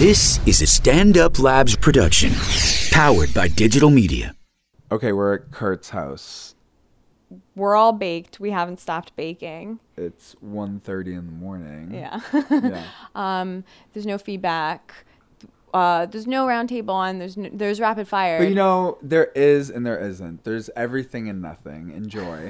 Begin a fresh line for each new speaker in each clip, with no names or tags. This is a Stand Up Labs production, powered by digital media.
Okay, we're at Kurt's house.
We're all baked. We haven't stopped baking.
It's 1.30 in the morning.
Yeah.
Yeah.
there's no feedback. Uh, there's no roundtable on. There's no, there's rapid fire.
But you know, there is and there isn't. There's everything and nothing. Enjoy.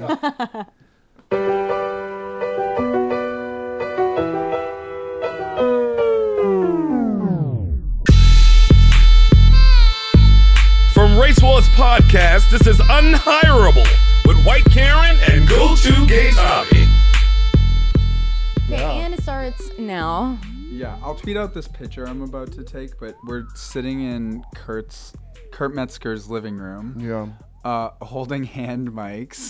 From Race Wars Podcast, this is Unhirable with White Karen and Go To Gay Tommy.
okay, and it starts now.
yeah, I'll tweet out this picture I'm about to take, but we're sitting in Kurt's Kurt Metzger's living room,
Yeah.
uh, holding hand mics,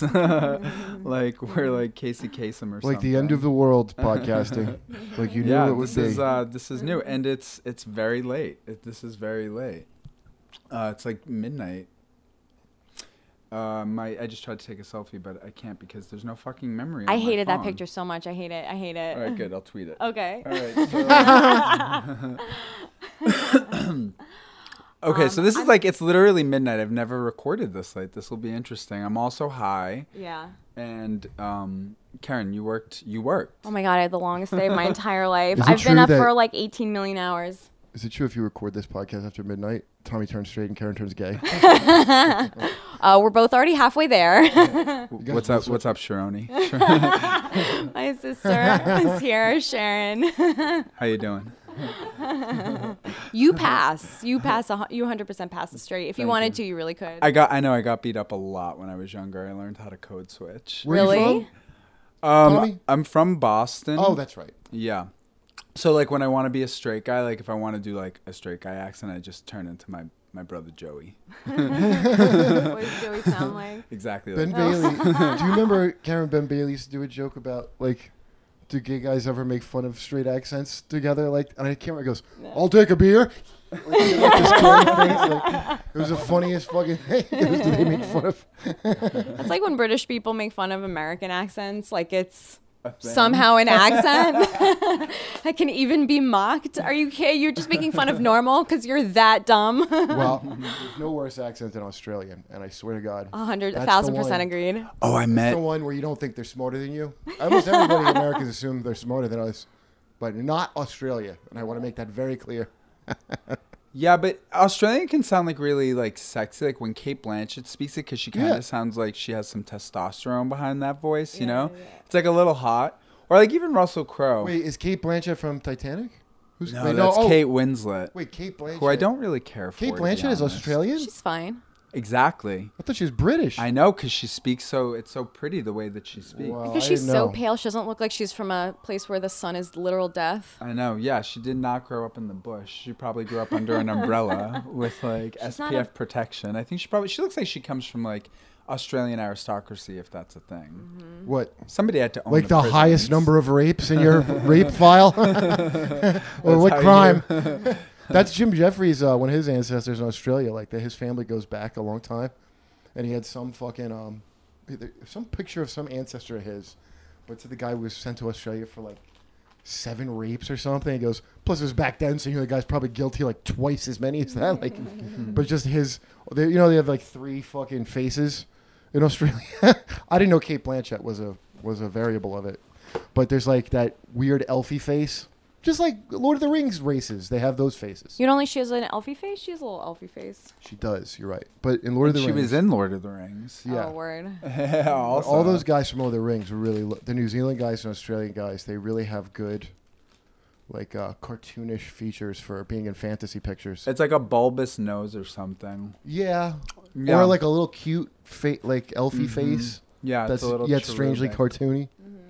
like we're like Casey Kasem or something.
Like the end of the world podcasting. like you knew
yeah,
it would
this
be.
is uh, this is new, and it's it's very late. It, this is very late. Uh, it's like midnight. Uh, my I just tried to take a selfie, but I can't because there's no fucking memory.
I
on Oh my
hated that
phone.
picture so much. I hate it. I hate it.
All right, good. I'll tweet it.
Okay.
All right. So,
Um,
okay, so this is like it's literally midnight. I've never recorded this late. This will be interesting. I'm also high,
Yeah.
and um, Karen, you worked. You worked.
Oh my god, I had the longest day of my entire life.
Is it
I've been
true
up
that-
for like 18 million hours.
is it true if you record this podcast after midnight, Tommy turns straight and Karen turns gay?
Uh, we're both already halfway there.
What's up? What's up, Sharoni?
my sister is here, Sharon.
How you doing?
you pass. You pass. A, hu- you 100% pass the straight. If you wanted to, you really could.
I got I know I got beat up a lot when I was younger. I learned how to code switch.
Where are you
Really?
from?
Um,
Tommy?
I'm from Boston.
Oh, that's right.
yeah. So like when I want to be a straight guy, like if I want to do like a straight guy accent, I just turn into my my brother Joey.
what does Joey sound like?
Exactly.
Ben
Like,
Bailey. do you remember Karen Ben Bailey used to do a joke about like do gay guys ever make fun of straight accents together? Like, and I can't remember. It goes, I'll take a beer. Like, they got this kind of face, like, it was the funniest fucking thing. It was- they make fun of.
That's like when British people make fun of American accents. Like it's
thing.
somehow an accent that can even be mocked. Are you kidding? You're just making fun of normal because you're that dumb. A
Well, there's no worse accent than Australian, and I swear to God.
hundred, a
that's the
thousand percent
one.
agreed.
oh, I met
the one where you don't think they're smarter than you. Almost everybody in America assume they're smarter than us, but not Australia. And I want to make that very clear.
Yeah, but Australian can sound like really like sexy. Like when Kate Blanchett speaks it, because she kind of
Yeah.
sounds like she has some testosterone behind that voice. You know, it's like a little hot. Or like even Russell Crowe.
Wait, is Kate Blanchett from Titanic? Who's
no,
wait,
that's
oh,
Kate Winslet.
Wait, Kate Blanchett.
who I don't really care for.
Kate
to be
Blanchett is
honest.
Australian.
She's fine.
Exactly.
I thought she was British.
I know because she speaks so it's so pretty the way that she speaks.
Wow,
Because
Oh, I
she's
didn't
so
know.
pale, she doesn't look like she's from a place where the sun is literal death.
I know. Yeah, she did not grow up in the bush. She probably grew up under an umbrella with like
not
SPF protection. I think she probably she looks like she comes from like Australian aristocracy, if that's a thing.
What?
Somebody had to own
Mm-hmm. Like the
prisons.
highest number of rapes in your rape file, or what
That's how you-
crime? That's Jim Jeffries. Uh, one of his ancestors in Australia. Like that, his family goes back a long time, and he had some fucking um, either- some picture of some ancestor of his. But to the guy who was sent to Australia for like seven rapes or something. He goes. Plus, it was back then, so you know the guy's probably guilty like twice as many as that. Like, but just his. They, you know, they have like three fucking faces in Australia. I didn't know Kate Blanchett was a was a variable of it. But there's like that weird elfie face, just like Lord of the Rings races. They have those faces.
You know, like she has an elfie face. She has a little elfie face.
She does. You're right. But in Lord of the
She
Rings,
was in Lord of the Rings.
Yeah.
Oh, word.
Yeah, also.
all those guys from Lord of the Rings were really lo- the New Zealand guys and Australian guys. They really have good, like uh, cartoonish features for being in fantasy pictures.
It's like a bulbous nose or something. Yeah.
yeah.
Mm-hmm.
or like a little cute fa- like elfie face.
Yeah, it's
that's
a little
yet strangely
cherubic.
cartoony.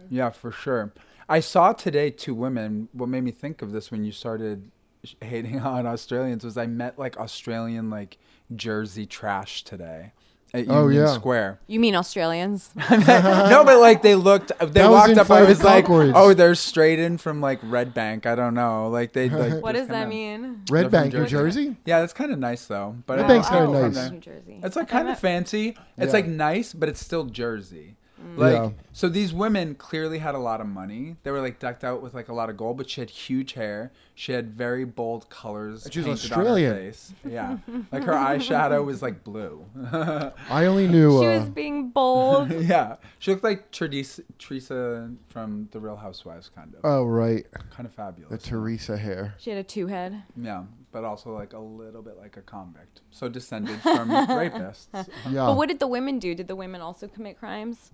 Yeah, for sure. I saw today two women. What made me think of this when you started sh- hating on Australians was I met like Australian like Jersey trash today at
Oh,
Union
yeah.
Square.
You mean Australians?
no, but like they looked, they
That was
walked
in
up. I
front of
was like,
Concords.
oh, they're straight in from like Red Bank. I don't know. Like they. Like,
What
just
does that
kinda-
mean?
They're from
Red Bank, New
Jersey.
Jersey.
Yeah, that's kind of nice though. But
Red
I-
Bank's
I'm
kinda
from
nice.
there.
New Oh, Jersey.
It's like kind of fancy. It's
Yeah.
like nice, but it's still Jersey. Mm. Like,
Yeah.
so these women clearly had a lot of money. They were like decked out with like a lot of gold, but she had huge hair. She had very bold colors
She's
painted
Australian.
on her face. Yeah, like her eyeshadow was like blue.
I only knew.
She
uh,
was being bold.
yeah, she looked like Teresa, Teresa from The Real Housewives, kind of,
oh right,
kind of
the
fabulous.
Teresa hair.
she had a two head.
yeah, but also like a little bit like a convict, so descended from rapists.
Yeah.
But what did the women do? Did the women also commit crimes?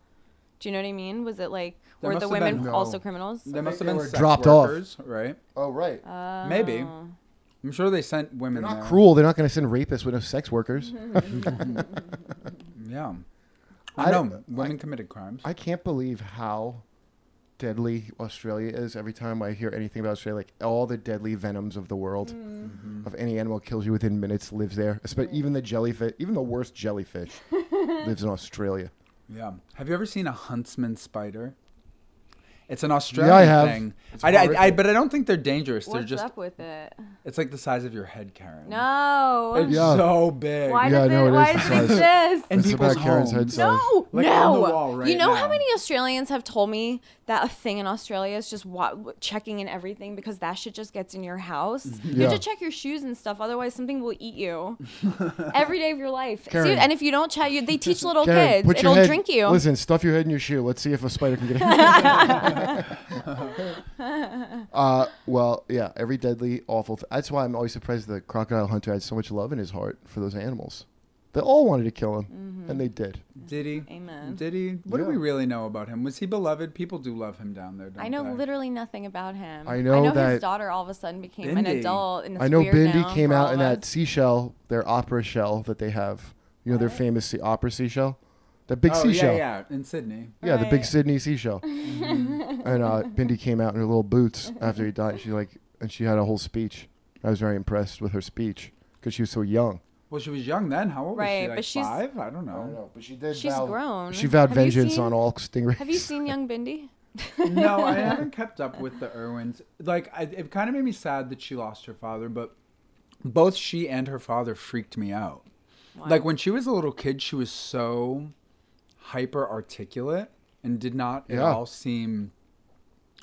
Do you know what I mean? Was it like
There
were
must
the
have been-
women
No.
also criminals?
They must
they
have been
were
sex
dropped off.
workers, right?
oh right.
Uh,
Maybe.
Oh.
I'm sure they sent women.
They're not
there.
cruel. They're not going to send rapists with no sex workers.
Yeah. I
I-
know women committed crimes.
I can't believe how deadly Australia is. Every time I hear anything about Australia, like all the deadly venoms of the world,
Mm-hmm.
of any animal kills you within minutes, lives there. Espe- even the jellyfish, even the worst jellyfish, lives in Australia.
yeah. Have you ever seen a huntsman spider? It's an Australian
have.
thing.
It's
I, I, I,
horrific.
but I don't think they're dangerous. they're
What's
just.
up with it?
It's like the size of your head, Karen.
No.
It's
Yeah.
so big.
why
Yeah,
does
no,
it,
it
why
is
does
the
it exist?
In
It's
people's
about Karen's
homes.
head size.
No,
Like
no.
on the wall right
you know
now.
how many Australians have told me that a thing in Australia is just wa- checking in everything because that shit just gets in your house.
Mm-hmm.
You
Yeah.
have to check your shoes and stuff, otherwise something will eat you every day of your life. See,
Karen.
and if you don't check, you, they teach little
Karen,
kids
put your
it'll
head-
drink you.
Listen, stuff your head in your shoe. Let's see if a spider can get in. uh, well, yeah, every deadly, awful. Th- That's why I'm always surprised the crocodile hunter had so much love in his heart for those animals. They all wanted to kill him,
Mm-hmm.
and they did.
Did he?
Amen.
Did he? What do
Yeah.
we really know about him? Was he beloved? People do love him down there. Don't
I know
they?
literally nothing about him.
I know that-
his daughter all of a sudden became an
Bindi.
adult. And it's
I know
weird
Bindi
now
came
for all
out
of
in that
us.
seashell, their opera shell that they have. You know, their famous sea- opera seashell? That big
Oh yeah,
seashell.
yeah, in Sydney.
Yeah, the big
Right.
Sydney seashell. and uh, Bindi came out in her little boots after he died. She like, and she had a whole speech. I was very impressed with her speech because she was so young.
Well, she was young then. How old
Right,
was
but
she?
she's-
Like five? I don't know.
but she did.
She's grown.
She vowed
Have you
vengeance
seen-
on all stingrays.
Have you seen Young Bindi?
no, I haven't kept up with the Irwins. Like, I, it kind of made me sad that she lost her father, but both she and her father freaked me out. Like, when she was a little kid, she was so hyper articulate and did not at
Yeah.
all seem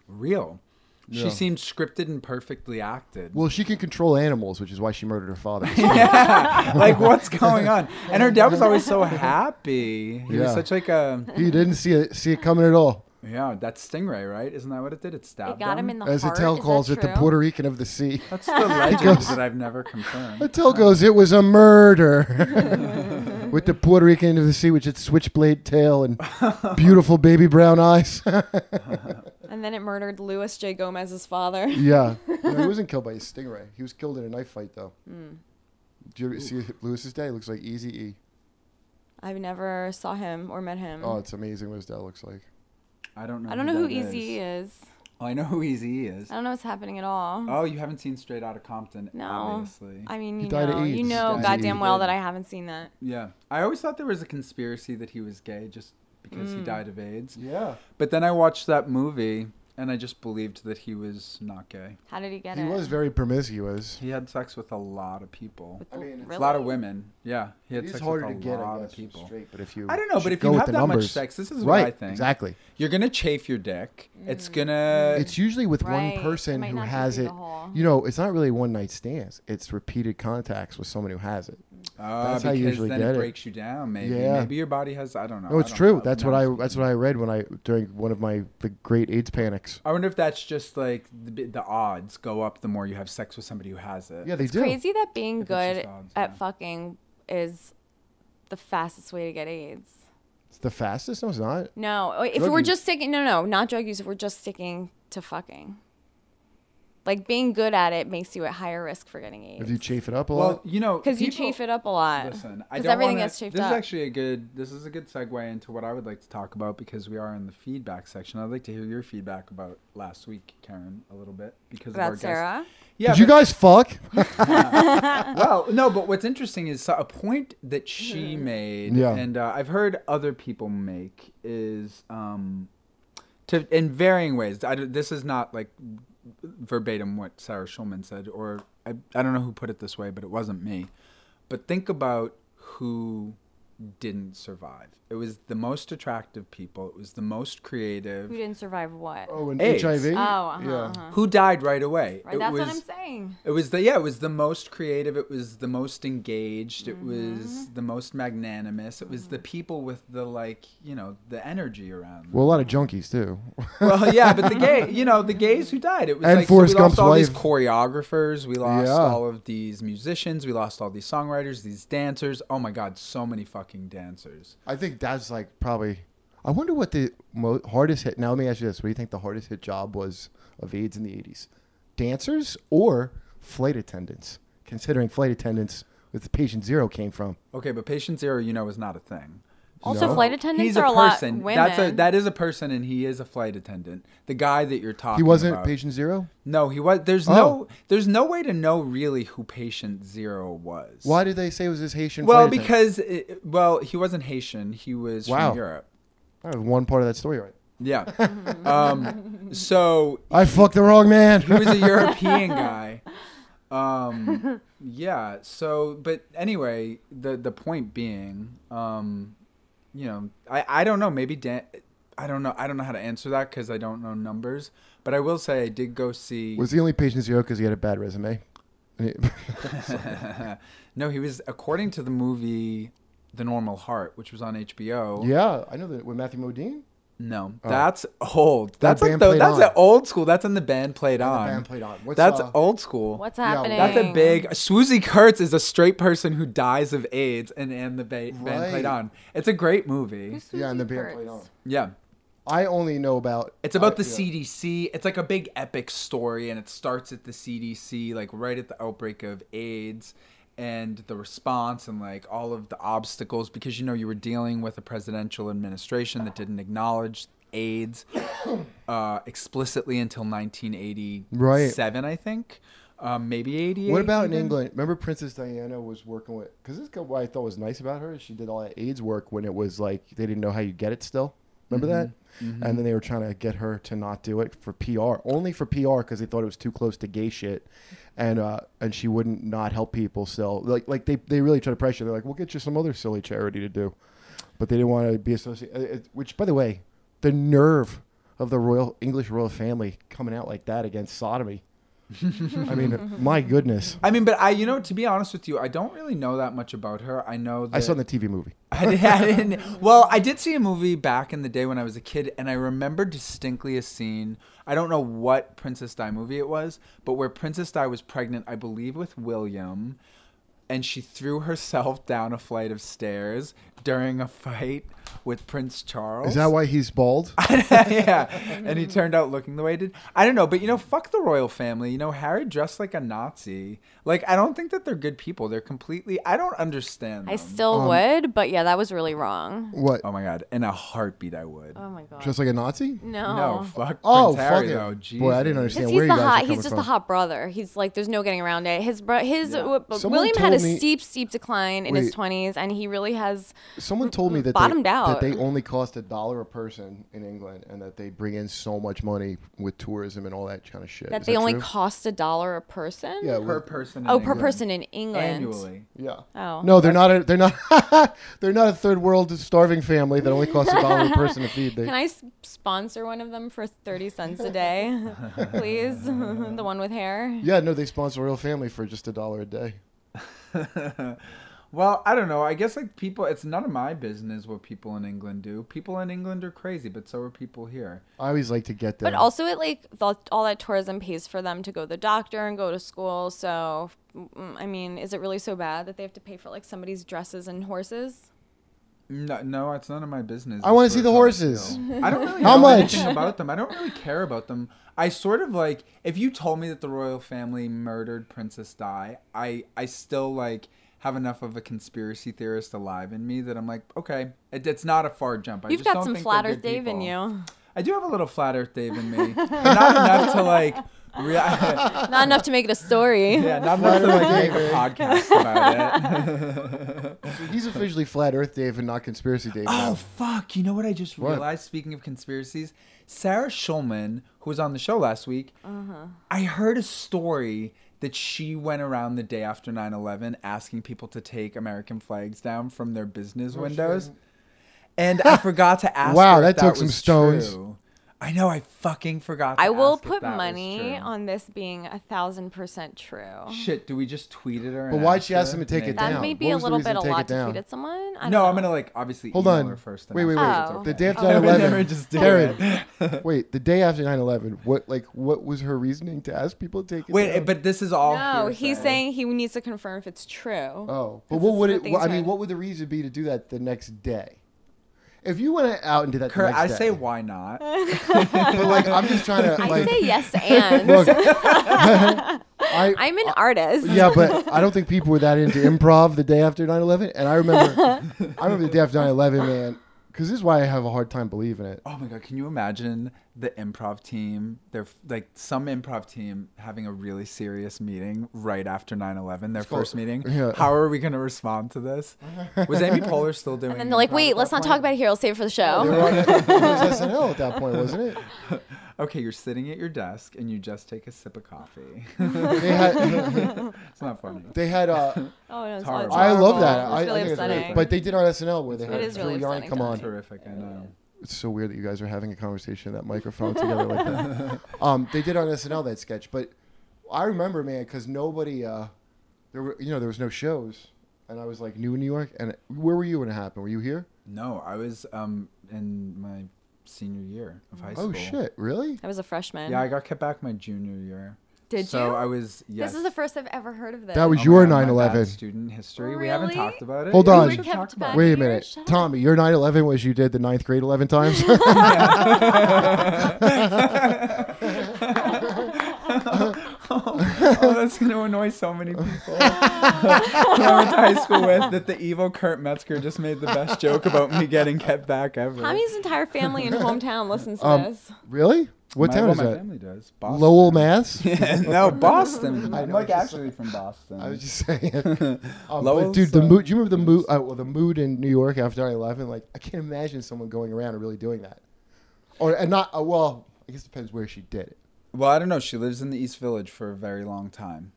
real.
Yeah.
She seemed scripted and perfectly acted.
Well, she can control animals, which is why she murdered her father.
yeah, like what's going on? And her dad was always so happy. He was
Yeah.
such like a
he didn't see it see it coming at all.
yeah. That's stingray, right? Isn't that what it did? It stabbed
It got him in the
As
heart.
Attell
Is
calls
that
it, the
true?
Puerto Rican of the sea.
That's the legend that I've never confirmed.
Attell goes, it was a murder. With the Puerto Rican of the sea, with its switchblade tail and beautiful baby brown eyes.
And then it murdered Louis J. Gomez's father.
yeah. No, he wasn't killed by a stingray. He was killed in a knife fight, though. Do you ever see Lewis's dad? It looks like Easy E.
I've never saw him or met him.
Oh, it's amazing what his dad looks like.
I don't know.
I don't know who
that
Easy is.
Oh, I know who Easy is.
I don't know what's happening at all.
Oh, you haven't seen Straight Outta Compton,
no.
obviously.
I mean,
He
you
died of
know, you
AIDS.
know
He died of
goddamn
AIDS.
well that I haven't seen that.
yeah, I always thought there was a conspiracy that he was gay just because
Mm.
he died of AIDS.
Yeah.
But then I watched that movie and I just believed that he was not gay.
How did he get
He
it?
was very promiscuous.
He had sex with a lot of people,
I mean,
Really?
a lot of women. Yeah, he had
It's
sex
harder to
with a
get, I
lot
guess,
of people.
straight, but if you
I don't know, but
should
if
go
you
with
have
the
that
numbers,
much sex, this is
right,
what I think.
exactly.
You're gonna chafe your dick.
Mm.
It's gonna.
It's usually with
Right.
one person
Might
who
not be
has
through the
it.
hole.
You know, it's not really one night stands. It's repeated contacts with someone who has it.
uh,
that's
because
how you usually
then
get
it
it.
breaks you down. Maybe.
Yeah.
Maybe your body has. I don't know.
No, it's
I don't
true.
have
That's what I.
knows.
That's what I read when I during one of my the great AIDS panics.
I wonder if that's just like the, bi- the odds go up the more you have sex with somebody who has it.
Yeah, they do.
Crazy that being
it's just
good
odds,
at
yeah.
fucking is the fastest way to get AIDS.
It's the fastest. No, it's not.
No, uh, if
Drug
we're
use.
just sticking, no, no, not drug use. If we're just sticking to fucking, like being good at it makes you at higher risk for getting
If
AIDS.
you chafe it up a
Well,
lot,
you know,
Because you
people-
chafe it up a lot.
Listen, I
because
don't
everything
wanna-
gets chafed
This
up.
is actually a good. This is a good segue into what I would like to talk about because we are in the feedback section. I'd like to hear your feedback about last week, Karen, a little bit because of our
about
guest.
Sarah.
Yeah,
did you
but-
guys fuck?
well, no, but what's interesting is a point that she
Mm-hmm.
made,
Yeah.
and uh, I've heard other people make is um, to in varying ways. I, don't- this is not like verbatim what Sarah Schulman said, or I, I don't know who put it this way, but it wasn't me. But think about who didn't survive. It was the most attractive people. It was the most creative.
Who didn't survive what?
Oh, and
AIDS.
HIV.
Oh, uh-huh,
yeah.
uh-huh.
Who died right away?
Right,
it
that's
was,
what I'm saying.
It was the yeah. It was the most creative. It was the most engaged. It
Mm-hmm.
was the most magnanimous. It was the people with the like you know the energy around. Them.
Well, a lot of junkies too.
Well, yeah, but the gay, you know, the gays who died. It was
And
like so we
Forrest
lost
Gump's
all these
wife.
choreographers. We lost
Yeah.
all of these musicians. We lost all these songwriters. These dancers. Oh my God, so many fucking dancers.
I think that's like probably. I wonder what the mo- hardest hit. Now let me ask you this: What do you think the hardest hit job was of AIDS in the eighties? Dancers or flight attendants? Considering flight attendants, with the patient zero came from.
Okay, but patient zero, you know, is not a thing.
Also,
No.
flight attendants
He's a
are a,
person.
lot women.
That's a that is a person, and he is a flight attendant. The guy that you're talking.
He wasn't
about.
patient zero.
No, he was. There's
Oh.
no. There's no way to know really who patient zero was.
Why did they say it was this Haitian?
Well,
flight attendant?
because it, well, he wasn't Haitian. He was
Wow.
from Europe.
I have one part of that story right.
Yeah. um, so
I fucked the wrong man.
he was a European guy. Um, yeah. So, but anyway, the the point being, um, you know, I I don't know. Maybe Dan. I don't know. I don't know how to answer that because I don't know numbers. But I will say I did go see.
was the only patient zero because he had a bad resume.
no, he was according to the movie The Normal Heart, which was on HBO.
yeah, I know that with Matthew Modine.
No, that's old. That's like
band
the,
played
that's
on.
an old school. That's in the band played on.
band played on. What's,
that's
uh,
old school.
What's
Yeah,
happening?
that's a big Swoozy Kurtz is a straight person who dies of AIDS and and the ba- band
Right.
played on. It's a great movie.
Who's
Yeah, and the
Susie
band
oh.
played on.
Kurtz?
Yeah.
I only know about.
It's about
I-
the
Oh, yeah.
CDC. It's like a big epic story, and it starts at the CDC, like right at the outbreak of AIDS and the response and like all of the obstacles because you know you were dealing with a presidential administration that didn't acknowledge AIDS uh, explicitly until 1987, I think. Um, maybe 88.
What about in
even?
England? Remember Princess Diana was working with because this is what I thought was nice about her. is She did all that AIDS work when it was like they didn't know how you get it still. Remember that? And then they were trying to get her to not do it for PR, only for PR because they thought it was too close to gay shit, and uh, and she wouldn't not help people. So like like they they really tried to pressure. They're like, we'll get you some other silly charity to do, but they didn't want to be associated. Which by the way, the nerve of the royal English royal family coming out like that against sodomy. I mean, my goodness.
I mean, but I, you know, to be honest with you, I don't really know that much about her. I know that
I saw in the TV movie.
I did- I didn't. Well, I did see a movie back in the day when I was a kid, and I remember distinctly a scene. I don't know what Princess Di movie it was, but where Princess Di was pregnant, I believe, with William, and she threw herself down a flight of stairs during a fight with Prince Charles.
Is that why he's bald?
yeah, and he turned out looking the way he did. I don't know, but you know, fuck the royal family. You know, Harry dressed like a Nazi. Like, I don't think that they're good people. They're completely. I don't understand.
I
them.
still would, but yeah, that was really wrong.
What?
Oh my god! In a heartbeat, I would.
Oh my god.
Dressed like a Nazi?
no.
No, fuck
Oh,
Prince Harry
fuck
though.
it. Boy, I didn't
Jesus.
understand
Because
where
he's
you
the
guys
hot,
were
he's
coming
just
from.
the hot brother. He's like, there's no getting around it. His bro, his w- w-
Someone
William had a
told me-
steep, steep decline in his
Wait.
twenties, and he really has.
Someone told me that
Bottomed
they,
out.
that they only cost a dollar a person in England, and that they bring in so much money with tourism and all that kind of shit.
That
Is
they only
true?
cost a dollar a person.
yeah,
per
well,
person. in
Oh, per
England.
person in England.
annually.
yeah.
Oh.
No, they're not. A, they're not. they're not a third world starving family that only costs a dollar a person to feed. They,
Can I s- sponsor one of them for thirty cents a day, please? the one with hair.
yeah, no, they sponsor Royal Family for just a dollar a day.
Well, I don't know. I guess like people, it's none of my business what people in England do. People in England are crazy, but so are people here.
I always like to get there.
But also, it like th- all that tourism pays for them to go to the doctor and go to school. So, mm, I mean, is it really so bad that they have to pay for like somebody's dresses and horses?
No, no, it's none of my business.
I wanna
It's
see
sort of
the
how I
horses.
feel. I don't really
How
know
much?
anything about them. I don't really care about them. I sort of like if you told me that the royal family murdered Princess Di, I I still like have enough of a conspiracy theorist alive in me that I'm like, okay, it, it's not a far jump. I
You've
just
got
don't
some
think
flat
they're
Earth
good
Dave in
people.
you.
I do have a little flat Earth Dave in me, but not enough to like yeah,
Not enough to make it a story.
yeah, not much to like, make
Flattered by
a
David.
podcast about it.
He's officially Flat Earth Dave and not Conspiracy Dave. now.
Oh fuck! You know what I just realized? Speaking of conspiracies, Sarah Schulman, who was on the show last week, I heard a story that she went around the day after 9-11 asking people to take American flags down from their business windows, and I forgot to ask.
Wow,
her
that
if
took some
was
stones.
true. I know. I fucking forgot. To
I will
ask if
put
that was
money
true.
on this being a thousand percent true.
Shit, do we just tweet it or?
But why'd she ask him to take it
That
down?
may
What
be a
was the
little
reason
bit a
take it
lot to
down?
tweet at someone.
No,
I don't
I'm
know.
gonna like obviously
Hold
email
on.
her first. and
Wait, wait,
ask
wait.
her if it's
Oh.
The
okay.
day after
Oh.
9
Never,
11.
never just do it.
Wait, the day after 9 11, what, like, what was her reasoning to ask people to take it
Wait,
down?
but this is all.
No,
hearsay.
he's saying he needs to confirm if it's true.
Oh, but
This
what
is
would
the
it?
thing,
Well, I
sorry.
mean, what would the reason be to do that the next day? If you went out and did that, the
Kurt,
next
I
day,
say why not?
But like, I'm just trying to
I
like
say yes and.
look. I
I'm an artist.
yeah, but I don't think people were that into improv the day after 9/11. And I remember, I remember the day after 9/11, man, because this is why I have a hard time believing it.
Oh my god, can you imagine the improv team? They're like some improv team having a really serious meeting right after 9/11, their
called-
first meeting.
yeah.
How are we going to respond to this? Was Amy Poehler still doing
And then they're like,
improv
wait,
at
let's
that
not talk
point?
about it here. We'll save it for the
They
show.
were on- It was SNL at that point, wasn't it?
Okay, you're sitting at your desk and you just take a sip of coffee.
They had,
it's not funny.
they had. Uh,
Oh, no, it's,
Horrible.
it's
I love
horrible.
that.
It's
I,
really
I think
upsetting.
It's great. But they did on SNL where they had
is really
Giuliani
upsetting,
come on.
Terrific, I know.
It's so weird that you guys are having a conversation at that microphone together like that. Um, they did on SNL that sketch, but I remember, man, because nobody, uh, there were, you know, there was no shows, and I was like new in New York. And where were you when it happened? Were you here?
No, I was um in my senior year of high school.
Oh shit, really?
I was a freshman.
Yeah, I got kept back my junior year.
Did
so
you?
I was yes.
This is the first I've ever heard of this.
That was
Oh my
your
God, my bad,
9/11.
Student history. We haven't
Really?
talked about it.
Hold
Yeah, we
on.
should
You were
talk
kept
about
back
it.
Wait a
here?
minute,
Shut up.
Tommy. Your 9/11 was you did the ninth grade 11 times.
Oh, that's going to annoy so many people. I went to high school with that the evil Kurt Metzger just made the best joke about me getting kept back ever.
Tommy's entire family and hometown listens
Um,
to this.
really? What
my,
town
well,
is
my
that?
family does. Boston.
Lowell, Mass.
no, Boston.
I
I'm
know
like
what you're
actually from Boston.
I was just saying. Um, but
Lowell's,
dude, the
uh,
mood. Do you remember the mood? Uh, well, the mood in New York after 9/11. Like, I can't imagine someone going around and really doing that, or and not. Uh, well, I guess it depends where she did it.
well, I don't know. She lives in the East Village for a very long time.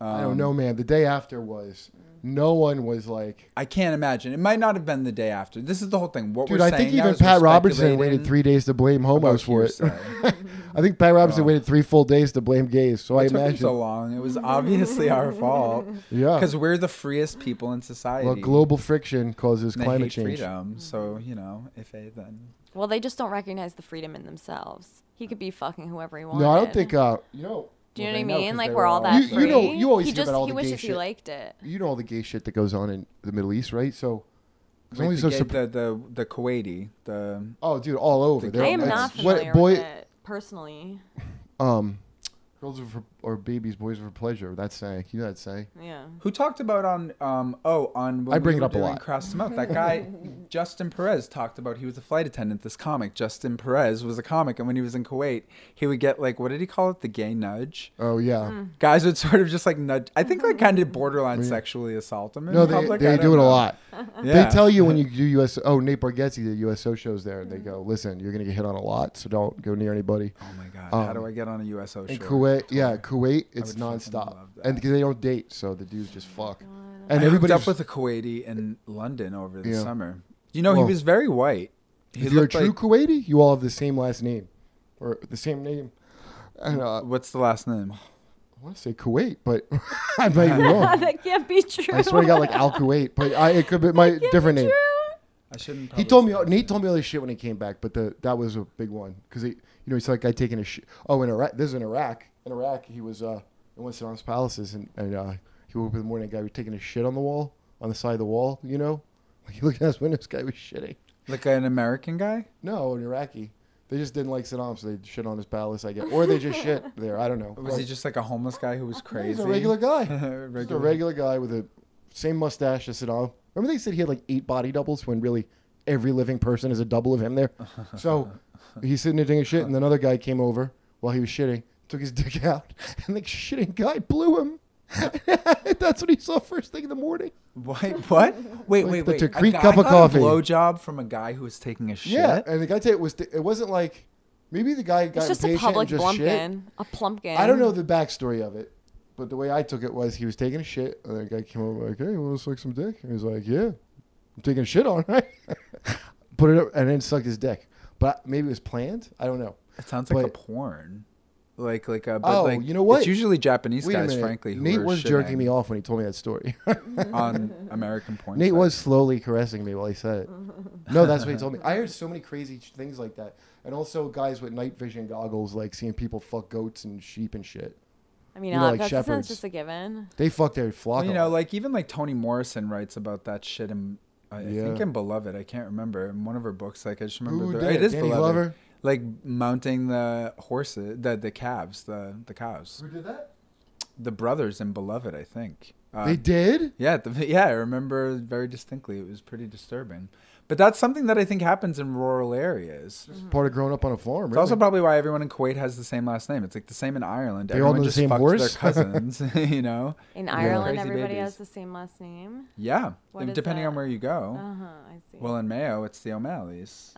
I don't
Um,
know, man. The day after was no one was like,
I can't imagine. It might not have been the day after. This is the whole thing. What
dude.
we're
I
saying
think
now
even
is we're
Pat Robertson waited
speculating
three days to blame
about
homos for it.
hearsay.
I think Pat Robertson waited three full days to blame gays. So I
Um, It took him
imagine.
so long. It was obviously our fault.
Yeah.
Because we're the freest people in society.
well, global friction causes
and they
climate
hate
change.
freedom. So you know, if a then
Well, they just don't recognize the freedom in themselves. He could be fucking whoever he wants.
No, I don't think. Uh, you know,
Do you
Well,
know
they
what
know
I
'cause
mean? Like
they
we're
were
all
all-
that
You-
free.
you know- you always
he
hear
just
about all
he
the gay
wishes he
shit.
liked it.
you know all the gay shit that goes on in the Middle East, right? So. it's
Wait,
always
the, gay-
so surp-
the the the Kuwaiti the
Oh, dude, all over. They're-
I am
it's-
not
what-
familiar
boy,
with it personally.
Um, girls are for, or babies, boys are for pleasure. That's saying. You know that saying.
Yeah.
who talked about on um oh on when
I bring
we
it
were
up a
doing
lot.
Cross the Mouth, that guy Justin Perez talked about he was a flight attendant. This comic Justin Perez was a comic, and when he was in Kuwait, he would get like what did he call it the gay nudge.
Oh yeah.
Hmm.
Guys would sort of just like nudge. I think like kind of borderline sexually assault him. In
Mm-hmm. No, they,
public. I
they
don't
do it a
know.
lot.
Yeah.
They tell you when you do U.S. Oh, Nate Bargatze did USO shows there, and they
Mm-hmm.
go, "Listen, you're gonna get hit on a lot, so don't go near anybody."
Oh my god! How do I get on a USO
um, In
show?
Kuwait, yeah, Kuwait, it's nonstop,
love that.
and because they don't date, so the dudes
Oh
just fuck,
And
and
I hooked
everybody's
up with a Kuwaiti in London over the
Yeah.
summer. You know,
Well,
he was very white. He
if you're a
looked
true
like-
Kuwaiti, you all have the same last name, or the same name. And uh, I
What's the last name?
want to say Kuwait, but I might be wrong.
that can't be true.
I swear to God, like Al Kuwait, but I, it could be my different name.
I shouldn't.
He
probably
told me
say
Nate told me all this shit when he came back, but the that was a big one because he, you know, he's like guy taking a shit. Oh, in Iraq, this is in Iraq. In Iraq, he was uh in Winston Palaces, and and uh, he woke up in the morning. A guy was taking a shit on the wall, on the side of the wall. You know, like he looked out his window. This guy was shitting.
like an American guy.
No, an Iraqi. They just didn't like Saddam, so they shit on his palace, I guess, or they just shit there. I don't know.
Was he just like a homeless guy who was crazy?
He's a regular guy. Just a
Regular-
regular guy with a same mustache as Saddam. Remember they said he had like eight body doubles when really every living person is a double of him there. So he's sitting there doing shit, and another guy came over while he was shitting, took his dick out, and the shitting guy blew him. That's what he saw first thing in the morning.
Wait, what? Wait, wait,
the
wait.
Greek
guy
cup of
got
coffee.
A blowjob from a guy who was taking a shit.
Yeah, and the guy said it was. It wasn't like maybe the guy got
It's just a
impatient
public
and just shit.
plumpkin. A plumpkin.
I don't know the backstory of it, but the way I took it was he was taking a shit, and the guy came over like, "Hey, you want to suck some dick?" And he's like, "Yeah, I'm taking a shit on right." Put it up and then sucked his dick, but maybe it was planned. I don't know.
It sounds like a
But-
porn. Like like a but
Oh,
like
you know what?
It's usually Japanese
Wait a
guys,
minute.
frankly. Who
Nate
are
was jerking
shitting
me off when he told me that story.
on American porn.
Nate
sites.
was slowly caressing me while he said it. No, that's what he told me. I heard so many crazy ch- things like that, and also guys with night vision goggles, like seeing people fuck goats and sheep and shit.
I mean,
you know,
uh,
like
that's, that's
shepherds.
just a given.
They fuck their flock.
Well, you
a
know,
lot.
like even like Toni Morrison writes about that shit in I I think
Yeah.
in Beloved. I can't remember in one of her books. Like I just remember
Who
the-
did
it
it?
is
Danny
Beloved.
Glover?
Like mounting the horses, the the calves, the the cows.
who did that?
The brothers in Beloved, I think. Uh,
They did.
Yeah, the, yeah, I remember very distinctly. It was pretty disturbing. But that's something that I think happens in rural areas. It's
Part of growing up on a farm. Really.
also probably why everyone in Kuwait has the same last name. It's like the same in Ireland.
They all
everyone
know the
just
same
fucked
horse?
their cousins, you know?
In Ireland,
Crazy
everybody
babies.
has the same last name.
Yeah,
What is
depending
that?
on where you go.
Uh huh. I see. Uh-huh.
Well, in Mayo, it's the O'Malleys.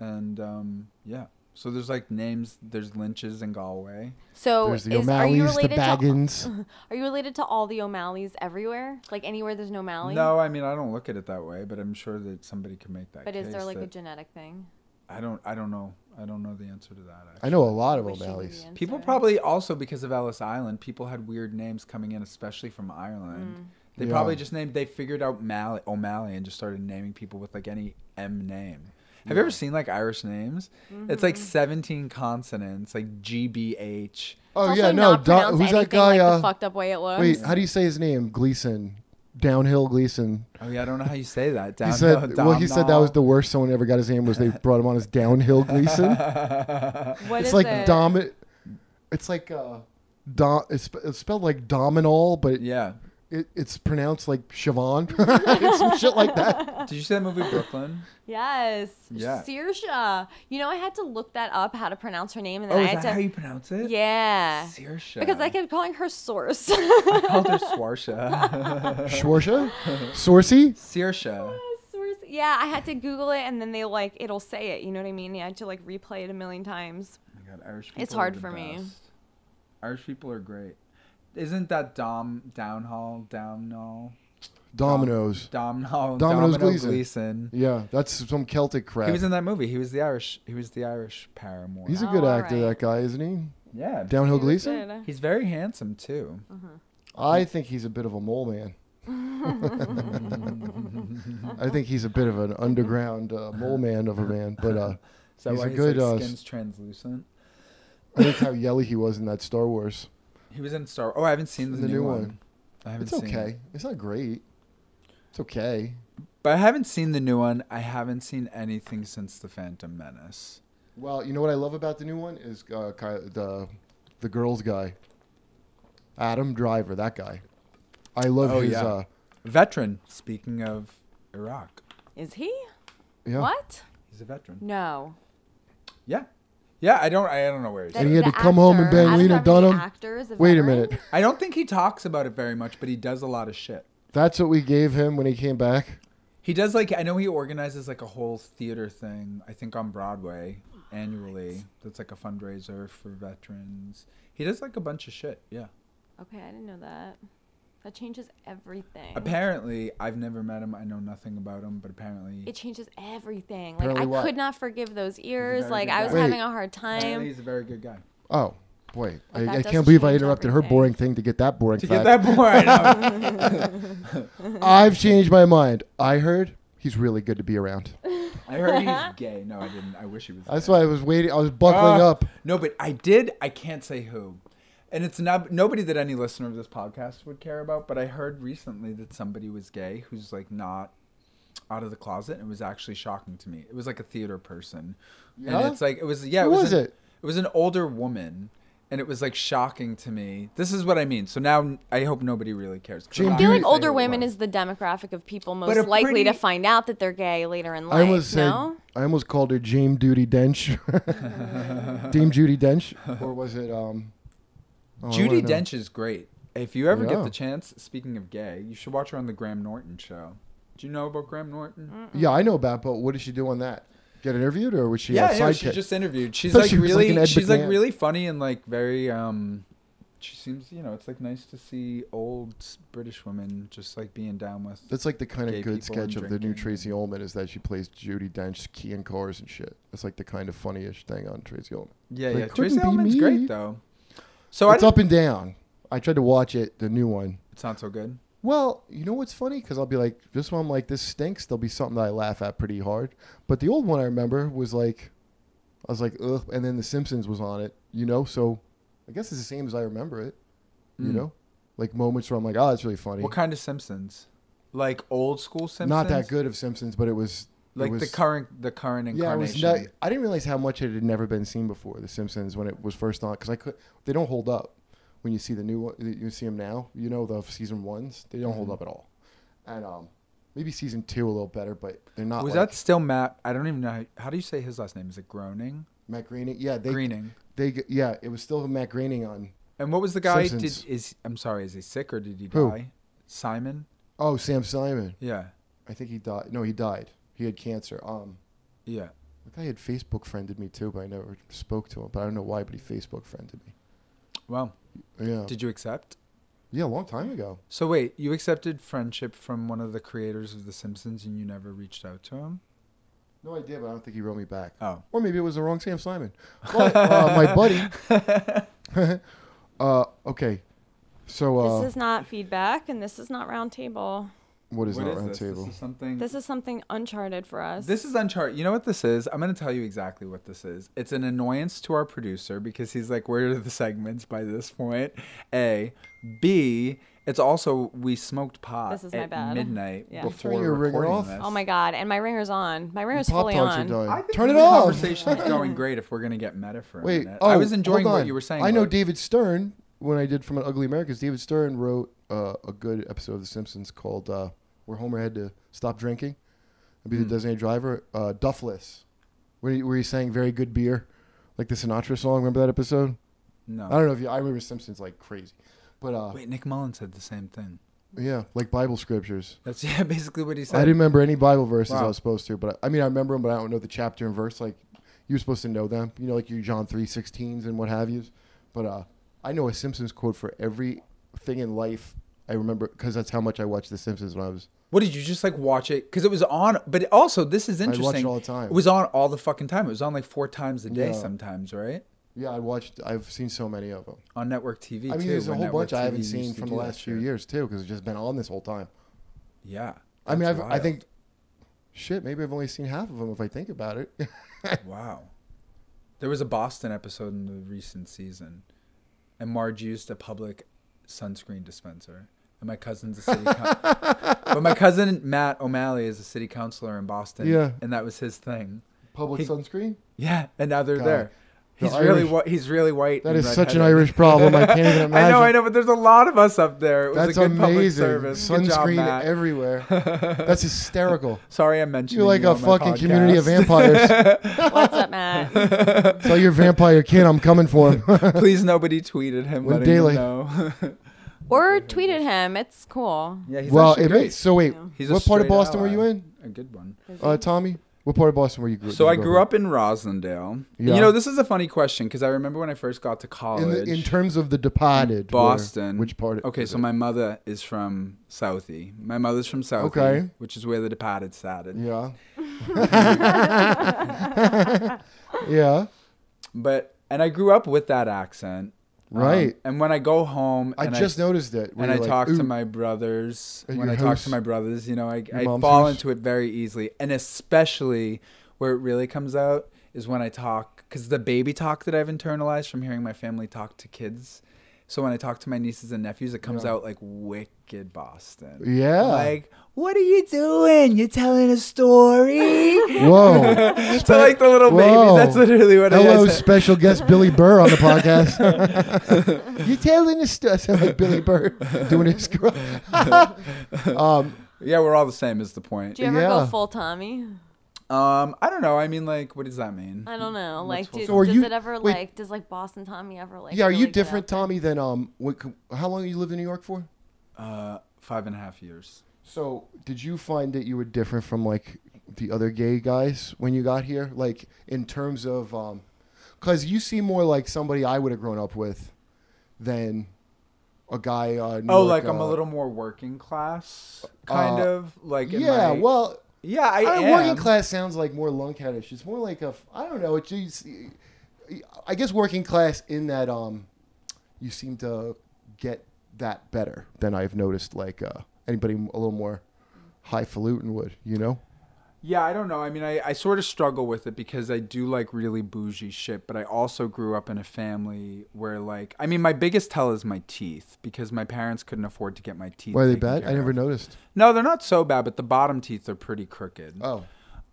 And um, yeah, so there's like names. There's Lynches in Galway.
so,
There's the
Oh, is, are you
O'Malleys, the
related to?
Baggins.
Are you related to all the O'Malleys everywhere? Like anywhere there's an O'Malley?
No, I mean I don't look at it that way, but I'm sure that somebody could make that.
But is there
case
like a
that-
genetic thing?
I don't. I don't know. I don't know the answer to that. Actually.
I know a lot of
Which you
O'Malleys.
can
People
answer.
probably also because of Ellis Island, people had weird names coming in, especially from Ireland.
Mm.
They
Yeah.
probably just named. They figured out Mally, O'Malley and just started naming people with like any M name. Have you ever seen like Irish names? It's
Mm-hmm.
like 17 consonants, like GBH.
Oh
It's
yeah,
also
no.
not
Don-
pronounced
who's that
anything
guy?
Like
uh,
the fucked up way it looks.
wait, how do you say his name? Gleason, downhill Gleason.
Oh yeah, I don't know how you say that.
He
Down,
said,
down,
well, he said that
down.
was the worst someone ever got his name was they brought him on as downhill Gleason.
What
it's
is
like
it?
dom. It's like uh, dom. It's, sp- it's spelled like dominol, but it,
Yeah.
it, it's pronounced like Siobhan. It's some shit like that.
Did you see that movie Brooklyn?
Yes.
Yeah.
Saoirse. You know, I had to look that up how to pronounce her name, and then
Oh,
I
is
had
that
to.
how you pronounce it?
yeah.
Saoirse.
Because I kept calling her Source.
I called her Swarsha.
Schwarsha, Sorcy.
Saoirse.
Source. Yeah, I had to Google it, and then they like it'll say it. You know what I mean? I had to like replay it a million times.
Oh my God, Irish people
It's
are
hard
the
for me.
best. Irish people are great. Isn't that Dom Downhall Downall
Dominoes.
Domnall
Domino's
Domino
Gleeson.
Gleason?
Yeah, that's some Celtic crap.
He was in that movie. He was the Irish. He was the Irish paramour.
He's a
Oh,
good
all
actor,
right.
that guy, isn't he?
yeah.
Downhill
It was
Gleason.
good.
He's very handsome too.
I think he's a bit of a mole man. I think he's a bit of an underground uh, mole man of a man, but uh,
Is that
He's
why
a
his
good,
like,
uh,
skin's translucent?
I think how yelly he was in that Star Wars.
He was in Star. Oh, I haven't seen the, new, one. I haven't
It's
seen it.
okay. It's not great. It's okay.
But I haven't seen the new one. I haven't seen anything since the Phantom Menace.
Well, you know what I love about the new one is uh, Ky- the the girls guy, Adam Driver. That guy. I love
Oh,
his.
yeah.
Uh,
Veteran. Speaking of Iraq,
Is he?
yeah.
What?
he's a veteran.
No.
Yeah, yeah. I don't. I don't know where he's.
And he had to come home and bang Lena Dunham? Wait a minute.
I don't think he talks about it very much, but he does a lot of shit.
That's what we gave him when he came back.
He does like I know he organizes like a whole theater thing. I think on Broadway annually. That's like a fundraiser for veterans. He does like a bunch of shit. Yeah.
Okay, I didn't know that. That changes everything.
Apparently, I've never met him. I know nothing about him, but apparently,
it changes everything. Like
Apparently
I
what?
could not forgive those ears.
very
Like
good
I
guy.
was
Wait.
having a hard
apparently
time.
he's a very good guy.
Oh, wait.
that
I, I
doesn't
can't believe I
change
interrupted her
everything.
boring thing to get that boring
To
fact.
get that point, I know.
I've changed my mind. I heard he's really good to be around.
I heard he's gay. No, I didn't. I wish he was.
That's
gay.
why I was waiting. I was buckling
Ah,
up.
No, but I did. I can't say who. And it's not nobody that any listener of this podcast would care about, but I heard recently that somebody was gay who's like not out of the closet and it was actually shocking to me. It was like a theater person.
Yeah?
And it's like it was yeah,
Who
it was,
was
an,
it?
was an older woman and it was like shocking to me. This is what I mean. So now I hope nobody really cares. 'cause I'm
Jim,
not
I feel
You-
like older
Favorite
women
one.
is the demographic of people
But
most
a
likely to
pretty-
find out that they're gay later in life.
I almost said
no?
I almost called her Jame Duty Dench, Dame Judy Dench, or was it um? oh, I
Judy
wanna know.
Dench is great. If you ever get
Yeah.
the chance, speaking of gay, you should watch her on the Graham Norton show. Do you know about Graham Norton?
Yeah, I know about, but what did she do on that? Get interviewed, or was she
yeah,
a
yeah,
sidekick?
she just interviewed. She's
thought
like
she was like
really,
an Ed
she's like
McMahon.
really funny and like very. um She seems, you know, it's like nice to see old British women just like being down with.
That's like the kind
gay
of good
people and
sketch of the new
drinking.
Tracy Ullman is that she plays Judy Dench key and cars and shit. That's like the kind of funny-ish thing on Tracy Ullman.
Yeah,
Like,
yeah.
couldn't
Tracy
be
Ullman's
me.
great though. So I
it's
didn't-
up and down. I tried to watch it, the new one.
it's not so good.
Well, you know what's funny? Because I'll be like, this one, like, this stinks. There'll be something that I laugh at pretty hard. But the old one I remember was like, I was like, ugh. And then The Simpsons was on it, you know? So I guess it's the same as I remember it, you know? Like moments where I'm like, oh, that's really funny.
What kind of Simpsons? Like old school Simpsons?
Not that good of Simpsons, but it was. it
Like the
was-
current, the current
Yeah, it
incarnation.
was not, I didn't realize how much it had never been seen before, The Simpsons, when it was first on. Because I could, they don't hold up when you see the new one. You see them now, you know, the season ones. They don't hold
Mm-hmm.
up at all. And um, maybe season two a little better, but they're not.
Was
like,
that still Matt? I don't even know. How, how do you say his last name? Is it Groening?
Matt Groening? Yeah, they,
Greening.
They g- yeah, it was still Matt Groening on.
And what was the guy?
Simpsons.
Did is I'm sorry, is he sick or did he die?
Who?
Simon.
Oh, Sam Simon.
Yeah,
I think he died. No, he died. He had cancer. Um,
yeah.
the guy had Facebook friended me too, but I never spoke to him. But I don't know why, but he Facebook friended me.
Well,
Yeah,
did you accept?
yeah, a long time ago.
So wait, you accepted friendship from one of the creators of The Simpsons, and you never reached out to him?
No, I did, but I don't think he wrote me back.
Oh.
Or maybe it was the wrong Sam Simon. But, uh, my buddy. uh, okay. So, uh,
This is not feedback and this is not roundtable.
what is
What
that
is
round
this?
table?
This is something.
This is something uncharted for us.
This is uncharted. You know what this is? I'm going to tell you exactly what this is. It's an annoyance to our producer because he's like, where are the segments by this point? A. B. It's also, we smoked pot
This is my
at
bad.
midnight
Yeah.
before
Turn your ringer
recording
off.
this.
oh my god! And my ringer's on. My ringer's fully
Pop-Tarts are
on.
done.
I think
Turn it
the
off.
Conversation's going great if we're going to get meta for a
Wait.
minute.
Oh,
I was enjoying
hold
what
on.
you were saying.
I know
Luke.
David Stern, when I did From an Ugly Americans, David Stern wrote uh, a good episode of The Simpsons called uh, Where Homer Had to Stop Drinking and
Hmm.
Be the Designated Driver, uh, Duffless, where he, where he sang Very Good Beer, like the Sinatra song. Remember that episode?
No.
I don't know if you, I remember Simpsons like crazy. But uh,
Wait, Nick Mullen said the same thing.
yeah, like Bible scriptures.
That's yeah, basically what he said.
I didn't remember any Bible verses I
Wow.
was supposed to, but I, I mean, I remember them, but I don't know the chapter and verse. Like you were supposed to know them, you know, like your John three sixteens and what have yous. But uh, I know a Simpsons quote for every thing in life. I remember because that's how much I watched The Simpsons when I was.
What did you just like watch it? Because it was on, but also, this is
watch it
interesting.
all the time.
It was on all the fucking time. It was on like four times a day
Yeah.
sometimes, right?
Yeah, I watched. I've seen so many of them.
on network TV.
I mean,
too,
there's a
when
whole
network
bunch I
TV
haven't
used
seen
to
from
do
the
that
last few
shit.
years too, because it's just been on this whole time.
Yeah.
I mean,
that's
I've, I
wild.
think, shit, maybe I've only seen half of them if I think about it.
Wow. There was a Boston episode in the recent season, and Marge used a public sunscreen dispenser. And my cousin's a city, coun but my cousin Matt O'Malley is a city councilor in Boston.
Yeah.
and that was his thing.
Public
He-
sunscreen.
Yeah, and now they're
God.
there.
The
He's really
Irish-
whi- he's really white.
That
and
is such an
redheaded.
Irish problem. I can't even imagine.
I know, I know, but there's a lot of us up there. It was
That's
a good public
amazing.
service. Good job,
Sunscreen
Matt.
everywhere. That's hysterical.
Sorry, I mentioned
You're like
you
a
on my
fucking community of
podcast.
vampires.
What's up, Matt?
Tell your vampire kid I'm coming for him.
Please, nobody tweeted him.
When
letting him
daylight-
know.
or tweeted him. It's cool.
yeah, he's
well,
actually
it
great.
makes, so wait,
He's a
what part of
straight
Boston were
ally.
you in,
A good one.
uh, Tommy? What part of Boston were you? Grew,
So
did
I
you
grew up in Roslindale.
Yeah.
You know, this is a funny question because I remember when I first got to
in,
college
the, in terms of the Departed. where-
Boston.
which part? of-
Okay,
is
so
it?
my mother is from Southie. My mother's from Southie,
Okay.
which is where the Departed started.
yeah, yeah,
But and I grew up with that accent. Um,
Right.
and when I go home,
I
and
just noticed it. where
and I
you're like,
talk
"Ooh."
to my brothers.
At
When
your
I talk
house?
to my brothers, you know, I, I
mom's
fall
house?
into it very easily, and especially where it really comes out is when I talk, because the baby talk that I've internalized from hearing my family talk to kids. So when I talk to my nieces and nephews, it comes out like wicked Boston.
Yeah.
Like, what are you doing? You're telling a story.
Whoa.
to like the little
Whoa.
babies. That's literally what
Hello,
it is.
special guest Billy Burr on the podcast. you telling this stuff? I sound like Billy Burr doing his. um,
yeah, we're all the same. Is the point?
Do you ever go
Yeah.
full Tommy?
Um, I don't know. I mean, like, what does that mean?
I don't know. Like,
full
do,
So are
does
you-
it ever
wait.
like does like Boston Tommy ever like?
yeah, are
really
you
get
different,
out there?
Tommy, than um? What, how long you lived in New York for?
Uh, five and a half years.
So, did you find that you were different from like the other gay guys when you got here? Like in terms of, um, because you seem more like somebody I would have grown up with than a guy. Uh, New
Oh,
York,
like I'm a
uh,
little more working class, kind
uh,
of like. in
Yeah,
my-
well,
yeah, I,
I don't
am.
know, working class sounds like more lunkheadish. It's more like a f- I don't know. It's just, I guess working class in that um, you seem to get that better than I've noticed. Like uh, anybody a little more highfalutin would, you know.
Yeah, I don't know. I mean, I, I sort of struggle with it because I do like really bougie shit, but I also grew up in a family where, like, I mean, my biggest tell is my teeth because my parents couldn't afford to get my teeth.
Why are they
taken
bad? I
care
never
of.
noticed.
No, they're not so bad, but the bottom teeth are pretty crooked.
Oh,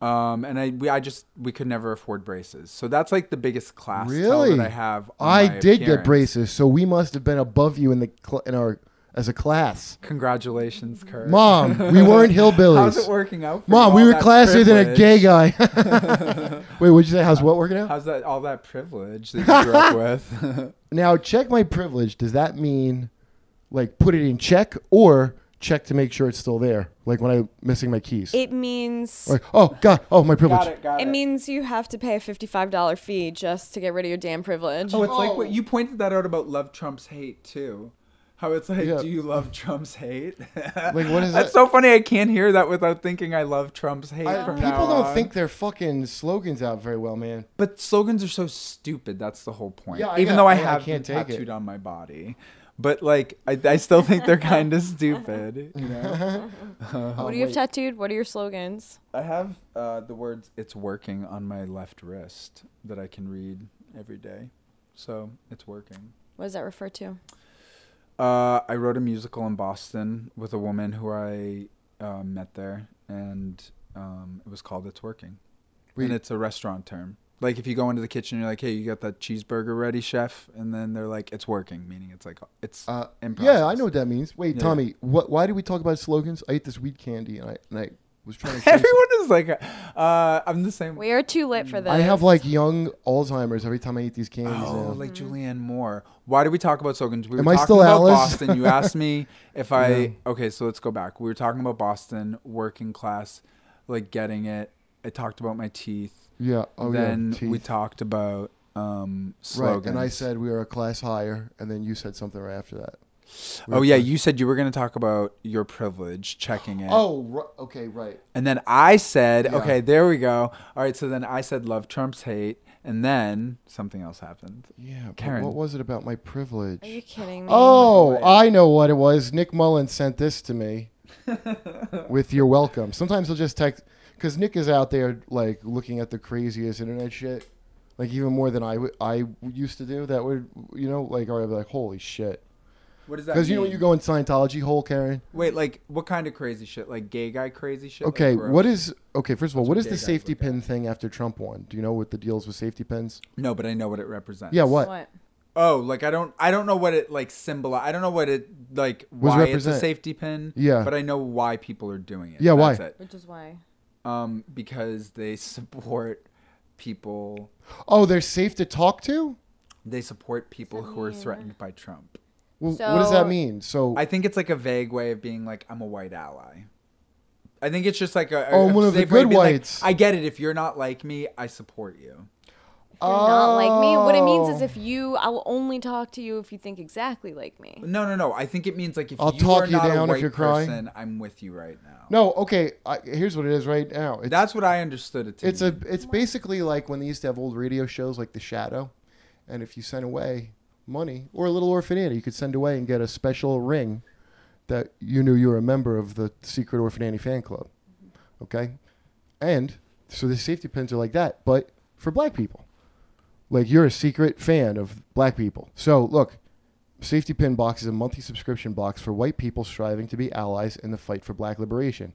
Um, and I, we, I just, we could never afford braces. So that's like the biggest class
really?
tell that I have. on
I
my
did get
appearance.
braces, so we must have been above you in the cl- in our as a class.
Congratulations, Kurt.
Mom, we weren't hillbillies.
How's it working out? for
Mom,
you?
we
All
were
that
classier than a
privilege.
gay guy. Wait, what'd you say? How's what working out?
How's that? All that privilege that you grew up with.
Now, check my privilege. Does that mean like put it in check or check to make sure it's still there? Like when I'm missing my keys.
It means
like, oh God, oh my privilege.
got it. Got
it means you have to pay a fifty-five dollar fee just to get rid of your damn privilege.
Oh, it's like what you pointed that out about love Trump's hate too. How it's like,
Yeah.
do you love Trump's hate?
Like what is
That's
that?
so funny. I can't hear that without thinking I love Trump's hate.
I-
from
people
now
don't
on.
think their fucking slogans out very well, man.
but slogans are so stupid. That's the whole point.
Yeah, I
Even
know.
though I
I- I
have
can't
them
take it.
tattooed on my body, but like I, I still think they're kind of stupid. You know,
what do you have tattooed? What are your slogans?
I have uh, the words "It's working" on my left wrist that I can read every day, so it's working.
What does that refer to?
Uh, I wrote a musical in Boston with a woman who I uh, met there, and um, it was called "It's Working,"
Wait.
and it's a restaurant term. Like if you go into the kitchen, you're like, "Hey, you got that cheeseburger ready, chef?" And then they're like, "It's working," meaning it's like it's
Uh,
in
yeah, I
process.
know what that means. Wait,
Yeah.
Tommy, what? Why did we talk about slogans? I ate this weed candy, and I and I was trying to. chase it.
Everyone is like, uh, "I'm the same."
We are too lit for this.
I have like young Alzheimer's every time I eat these candies.
Oh,
now.
like Julianne Moore. Why did we talk about slogans? We were
Am I
talking
still
about
Alice?
Boston. You asked me if I okay. So let's go back. We were talking about Boston, working class, like getting it. I talked about my teeth.
yeah. Oh
then
yeah. teeth.
we talked about um, slogans.
Right, and I said we were a class higher, and then you said something right after that.
"Oh yeah, you said you were going to talk about your privilege, checking it."
Oh, ri- okay, right.
and then I said,
Yeah.
"Okay, there we go." All right, so then I said, "Love Trump's hate," and then something else happened.
Yeah, but
Karen.
what was it about my privilege?
Are you kidding me?
Oh,
Wait.
I know what it was. Nick Mullen sent this to me with your welcome. Sometimes he'll just text because Nick is out there like looking at the craziest internet shit, like even more than I would- I used to do. That would you know like or I'd be like holy shit
What does that?
because you know when
mean?
you go in Scientology hole, Karen.
Wait, like what kind of crazy shit? Like gay guy crazy shit? Like,
Okay,
gross?
what is okay? First of all, what is
gay
the
guys
safety
look at.
pin thing after Trump won? Do you know what the deals with safety pins?
No, but I know what it represents.
Yeah, what?
What?
Oh, like I don't, I don't know what it like symbol. I don't know what it like
Was
why it's
represent-
a safety pin.
Yeah.
but I know why people are doing it.
Yeah, why?
That's it.
Which is why.
Um, because they support people.
Oh, they're safe to talk to.
They support people who are threatened by Trump.
Well, what does that
So-
mean? So
I think it's like a vague way of being like I'm a white ally. I think it's just like a, a
Oh,
a
one of the
safe way
good
being like,
whites.
I get it. If you're not like me, I support you.
If you're not like me. What it means is
Oh.
if you, I will only talk to you if you think exactly like me.
No, no, no. I think it means like if
I'll
you
talk
are
you
not
down if
a white
you're crying.
person, I'm with you right now.
No, okay. I, here's what it is right now. It's,
That's what I understood it to
it's
mean.
a it's basically like when they used to have old radio shows like The Shadow, and if you sent away money or a little orphananity, you could send away and get a special ring that you knew you were a member of the secret orphananity fan club. Okay, and so the safety pins are like that, but for black people, like you're a secret fan of black people. So look, Safety Pin Box is a monthly subscription box for white people striving to be allies in the fight for black liberation.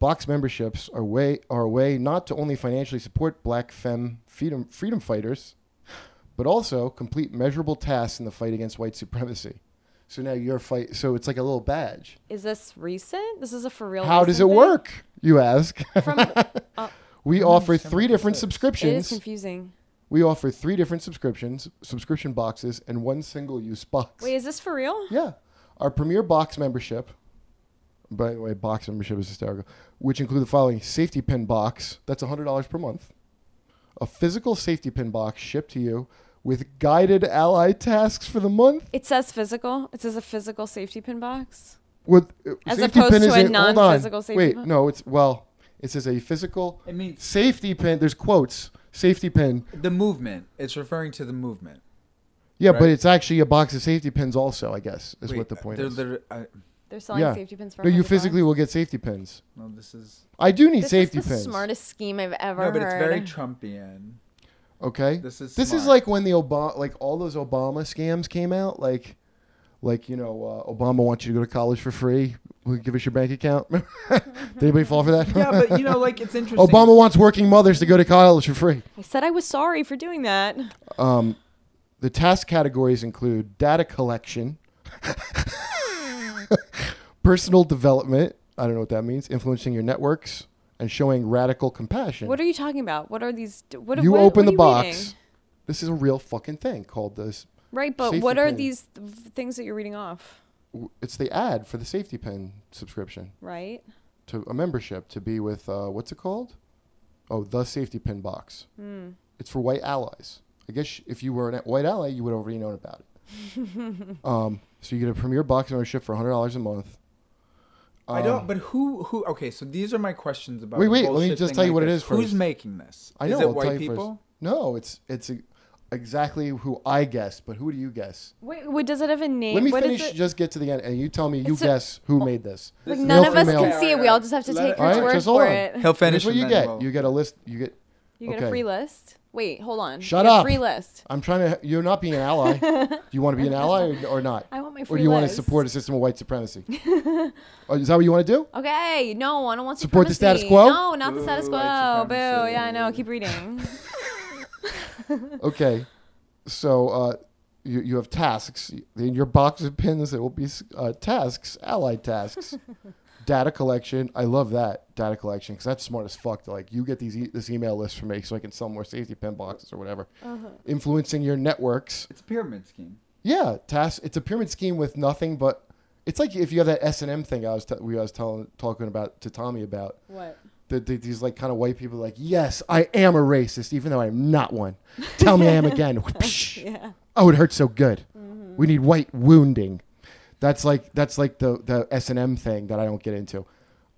Box memberships are, way, are a way not to only financially support black femme freedom, freedom fighters, but also complete measurable tasks in the fight against white supremacy. So now your fight, so it's like a little badge.
Is this recent? This is a for real.
How does it
recent thing?
work, you ask?
Oh, From uh,
we offer three different
it is
subscriptions.
confusing.
We offer three different subscriptions, subscription boxes, and one single use box.
Wait, is this for real?
Yeah. Our Premier Box membership, by the way, box membership is hysterical, which include the following safety pin box, that's $100 per month, a physical safety pin box shipped to you with guided ally tasks for the month.
It says physical. It says a physical safety pin box.
With, uh,
As opposed to a non-physical safety
Wait,
pin?
no, it's, well, it says a physical
It means-
safety pin, there's quotes, safety pin.
The movement. It's referring to the movement.
Yeah, but
Right. uh,
it's actually a box of safety pins also, I guess, is what the point
they're,
is.
they're- I-
They're selling
yeah.
safety pins for.
no, you
$100.
physically will get safety pins.
no, this is
I do need
This
safety
is the
pins.
smartest scheme I've ever
no, but it's
heard.
very Trumpian.
Okay.
This is
this is
smart.
like when the Obama, like all those Obama scams came out, like, like you know, uh, Obama wants you to go to college for free. We'll give us your bank account. Did anybody fall for that?
Yeah, but you know, like it's interesting.
Obama wants working mothers to go to college for free. Um,
I said I was sorry for doing that.
The task categories include data collection, personal development. I don't know what that means. Influencing your networks and showing radical compassion.
What are you talking about? What are these? What
you
what,
open
what are
the
you
box.
reading?
This is a real fucking thing called this
Right, but
Safety
what are
pin.
these th- things that you're reading off?
w- it's the ad for the safety pin subscription
Right.
to a membership to be with uh, what's it called? Oh, the safety pin box.
Hmm.
It's for white allies. I guess if you were a white ally, you would have already known about it. um, so you get a premier box membership for hundred dollars a month.
I don't. But who? Who? Okay, so these are my questions about.
Um. Wait,
a
wait, let me
bullshit
just
thing
tell you
like
what it
this.
is
Who's
first.
making this?
I know.
Is it
I'll tell
white
you first.
people?
No, it's it's e- exactly who I guessed. But who do you guess?
Wait, wait, does it have a name?
Let me
What is it?
finish. Just get to the end, and you tell me. You
It's a- Oh,
guess who made this.
like
Male
none of
for
us
male.
can see it. We all just have to
Let
take
it-
your
All right,
word
just hold
for
on.
it.
He'll finish.
Here's what
and
you
then
get.
we'll-
You get a list. You get.
You get
okay.
a free list. Wait, hold on.
Shut
You get a
up.
Free list.
I'm trying to. You're not being an ally. do you want to be an ally or, or not?
I want my
Or
free
do you want to
list.
support a system of white supremacy? oh, is that what you want to do?
Okay, no, I don't want
Support the status
supremacy. No,
quo?
not the status
Ooh,
quo.
white
Boo.
supremacy.
Yeah, I know. Keep reading.
Okay. So uh, you you have tasks in your box of pins. There will be uh, tasks, allied tasks, data collection. I love that data collection because that's smart as fuck. To, like you get these e- this email list for me so I can sell more safety pin boxes or whatever.
Uh-huh.
Influencing your networks.
It's a pyramid scheme.
Yeah, task. It's a pyramid scheme with nothing but. It's like if you have that S and M thing I was t- we I was telling talking about to Tommy about
what?
that the, these like kind of white people like yes I am a racist even though I'm not one. Tell me I am again. yeah. Oh, it hurts so good. We need white wounding. That's like that's like the the S and M thing that I don't get into.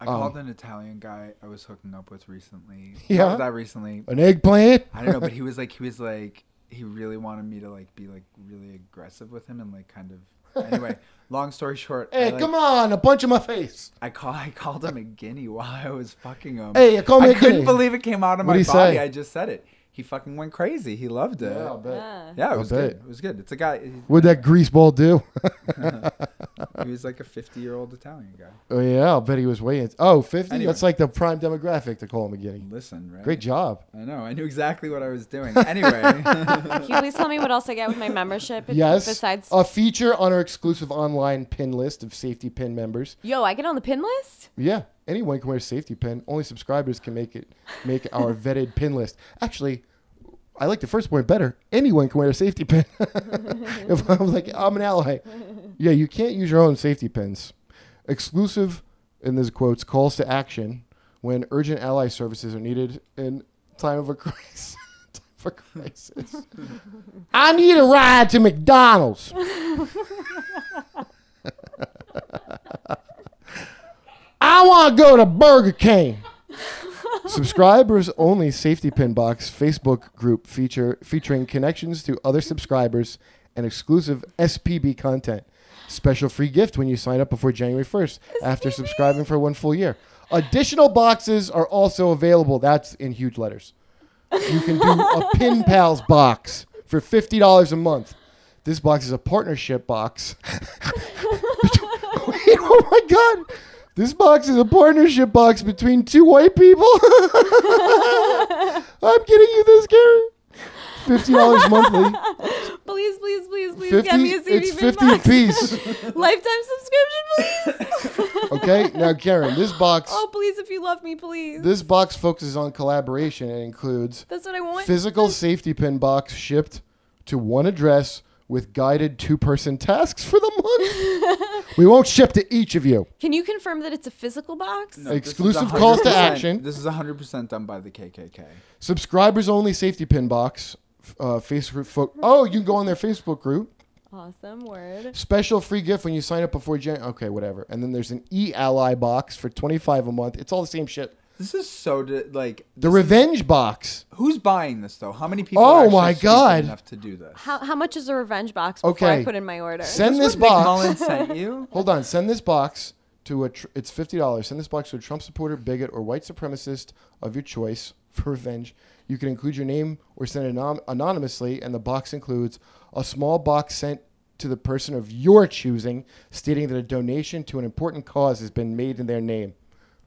I
Oh.
called an Italian guy I was hooking up with recently.
Yeah?
Not recently.
An eggplant.
I don't know, but he was like, he was like, he really wanted me to like be like really aggressive with him and like kind of. Anyway, long story short,
Hey,
I, like,
come on, a punch in my face.
I call I called him a guinea while I was fucking him.
Hey, call me
I
a
couldn't
guinea.
believe it came out of my
What'd he
body.
say?
I just said it. He fucking went crazy. He loved it.
Yeah, I bet.
Ah.
Yeah, it was
bet.
good. It was good. It's a guy. He,
What'd that greaseball do?
he was like a fifty-year-old Italian guy.
oh yeah, I'll bet he was way in. Oh, 50?
Anyway.
That's like the prime demographic to call him a guinea.
Listen, right?
Great job.
I know. I knew exactly what I was doing. Anyway,
Can you please tell me what else I get with my membership?
Yes. Uh,
Besides,
a feature on our exclusive online pin list of safety pin members.
yo, I get on the pin list.
Yeah, anyone can wear a safety pin. Only subscribers can make it make our vetted pin list. Actually, I like the first point better. Anyone can wear a safety pin. if I'm like I'm an ally. Yeah, you can't use your own safety pins. Exclusive in these quotes calls to action when urgent ally services are needed in time of a crisis. time of a crisis. I need a ride to McDonald's. I want to go to Burger King. Subscribers only safety pin box Facebook group feature featuring connections to other subscribers and exclusive SPB content. Special free gift when you sign up before January 1st after subscribing for one full year. Additional boxes are also available. That's in huge letters. You can do a Pin Pals box for $50 a month. This box is a partnership box. Wait, oh my god. This box is a partnership box between two white people. I'm getting you this, Karen. Fifty dollars monthly.
Please, please, please, please get
Fifty.
me a CD
It's
bin
fifty
box.
apiece.
Lifetime subscription, please.
Okay. Now, Karen, this box.
oh, please, if you love me, please.
This box focuses on collaboration and includes
That's what I want.
physical safety pin box shipped to one address with guided two-person tasks for the month. we won't ship to each of you.
Can you confirm that it's a physical box?
No, this is
Exclusive calls to
100%
action.
This is 100% done by the KKK.
Subscribers only safety pin box. f- Uh, Facebook. Fo- oh, you can go on their Facebook group.
Awesome word.
Special free gift when you sign up before Jan. Okay, whatever. And then there's an e ally box for twenty five a month. It's all the same shit.
This is so di- like
The revenge box.
who's buying this though? How many people?
Oh
are actually
my
stupid
God.
Enough to do this.
How, how much is a revenge box before
Okay.
I put in my order?
Send this
What Nick
box.
Mullen sent you.
Hold on. Send this box to a. Tr- it's fifty dollars. Send this box to a Trump supporter, bigot, or white supremacist of your choice for revenge. You can include your name or send it anom- anonymously, and the box includes a small box sent to the person of your choosing, stating that a donation to an important cause has been made in their name.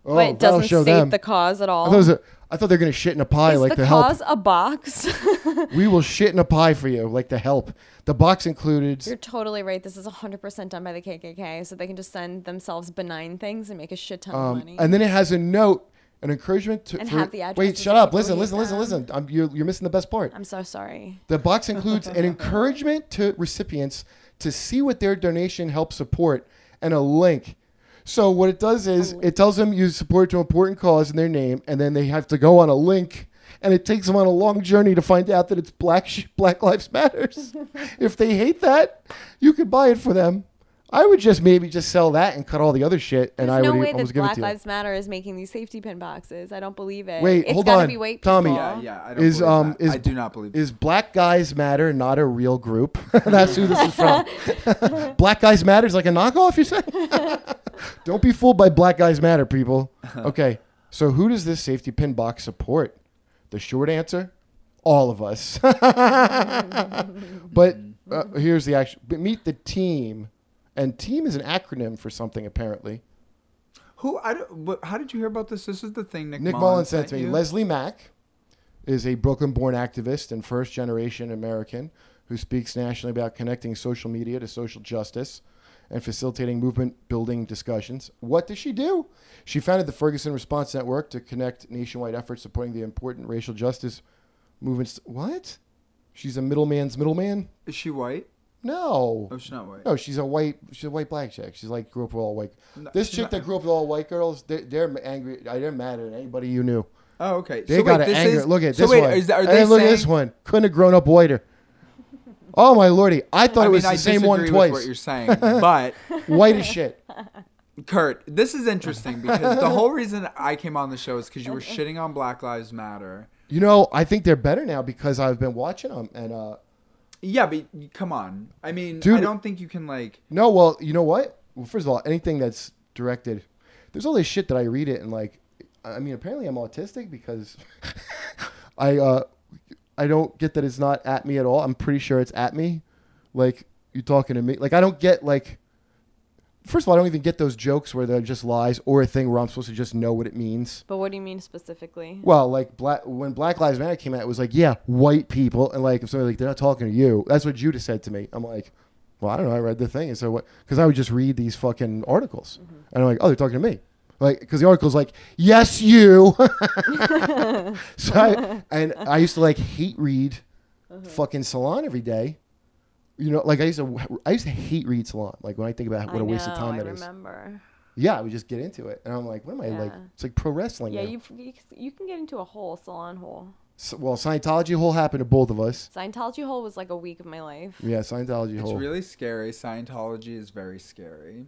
Oh,
but it
that'll
doesn't state the cause at
I
all.
thought, it was a, I thought they were gonna shit in a pie
is
like
the,
the, help.
cause a box?
We will shit in a pie for you like the help. The box included.
You're totally right. This is 100% done by the KKK, so they can just send themselves benign things and make a shit ton of
Um,
money.
and then it has a note, an encouragement to.
And
for-
have the addresses
Wait,
of
shut up!
people
Listen,
who
listen,
use
listen, listen. I'm, you're, you're missing the best part.
"Oh, I'm so sorry.
The box includes an encouragement to recipients to see what their donation helps support and a link. So what it does is it tells them you support to an important cause in their name, and then they have to go on a link, and it takes them on a long journey to find out that it's Black sh- Black Lives Matters. if they hate that, you could buy it for them. I would just maybe just sell that and cut all the other shit, and
There's
I
no
would
way
almost
that
give it
Black
to you.
Lives Matter is making these safety pin boxes. I don't believe it.
Wait,
It's
hold
gotta
on,
be white
Tommy.
people.
Yeah, yeah. I don't
Is
believe
um
that.
is
I do not believe.
is Black Guys Matter not a real group? That's who this is from. Black Guys Matter is like a knockoff. You say? Don't be fooled by Black Guys Matter, people. Okay, so who does this safety pin box support? The short answer, all of us. but uh, here's the action. But meet the team, and team is an acronym for something apparently.
Who? I don't, what, how did you hear about this? This is the thing Nick,
Nick
Mullen
Mullen sent to me.
you?
Leslie Mack is a Brooklyn born activist and first generation American who speaks nationally about connecting social media to social justice and facilitating movement building discussions. What does she do? She founded the Ferguson Response Network to connect nationwide efforts supporting the important racial justice movements. What? She's a middleman's middleman?
Is she white?
No.
Oh, she's not white.
No, she's a white. She's a white black chick. She's like grew up with all white.
No,
this
she's
chick
not-
that grew up with all white girls, they're, they're angry. They're mad at anybody you knew.
Oh, okay.
They
so
got
wait,
an
this
anger.
Is,
look at
so
this
wait,
one.
Is that, are
and
they
then look at this
saying-
one. Couldn't have grown up whiter. Oh my lordy! I thought
I
it
mean,
was
I
the same one
disagree with what
twice.
you're saying, but
White as shit.
Kurt, this is interesting because the whole reason I came on the show is because you were shitting on Black Lives Matter.
You know, I think they're better now because I've been watching them. And uh,
Yeah, but y- come on. I mean, I
Dude.
don't think you can like.
no, well, you know what? Well, first of all, anything that's directed, there's all this shit that I read it and like, I mean, apparently I'm autistic because I uh, I don't get that it's not at me at all. I'm pretty sure it's at me. Like you talking to me. Like I don't get like. First of all, I don't even get those jokes where they're just lies or a thing where I'm supposed to just know what it means.
But what do you mean specifically?
Well, like black when Black Lives Matter came out, it was like, yeah, white people, and like if somebody like they're not talking to you, that's what Judah said to me. I'm like, well, I don't know. I read the thing, and so what? Because I would just read these fucking articles,
Mm-hmm.
and I'm like, oh, they're talking to me, like because the article's like, yes, you. so I, and I used to like hate read,
Uh-huh.
fucking Salon every day. You know, like I used to, I used to hate read Salon. Like when I think about what a
I
waste of
know,
time
I
that is.
remember.
Yeah, I would just get into it, and I'm like, what am I like?
Yeah.
It's like pro wrestling.
Yeah,
now.
you, you you can get into a hole, salon hole.
S- well, Scientology hole happened to both of us.
Scientology hole was like a week of my life.
Yeah, Scientology
It's
hole.
really scary. Scientology is very scary.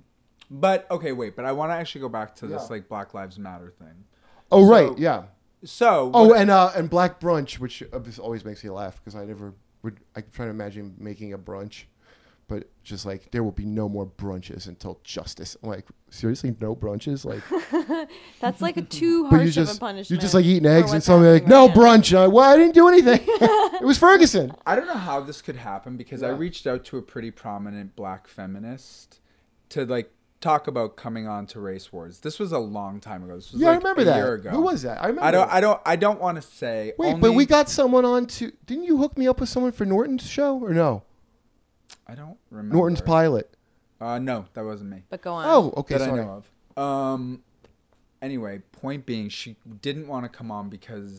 But okay, wait. But I want to actually go back to this
Yeah.
like Black Lives Matter thing.
oh right,
so-
yeah.
So
Oh,
what-
and uh, and black brunch, which uh, this always makes me laugh because I never would. I try to imagine making a brunch, But just like there will be no more brunches until justice. I'm like seriously, no brunches. Like,
That's like a too
but you
harsh of a
just
punishment.
you just like eating
for
eggs and
what's
something like
happening
no
right now.
brunch. I, well, I didn't do anything. it was Ferguson.
I don't know how this could happen because I
Yeah.
reached out to a pretty prominent black feminist to like talk about coming on to race wars. This was a long time ago. This was
Yeah, I
like,
remember
a
that.
year ago.
Who was that? I remember.
I don't
that.
I don't I don't want to say
Wait,
only,
but we got someone on to. Didn't you hook me up with someone for Norton's show or no?
I don't remember.
Norton's pilot.
Uh no, that wasn't me.
But go on.
Oh, okay.
that
sorry.
I know of. Um anyway, point being she didn't want to come on because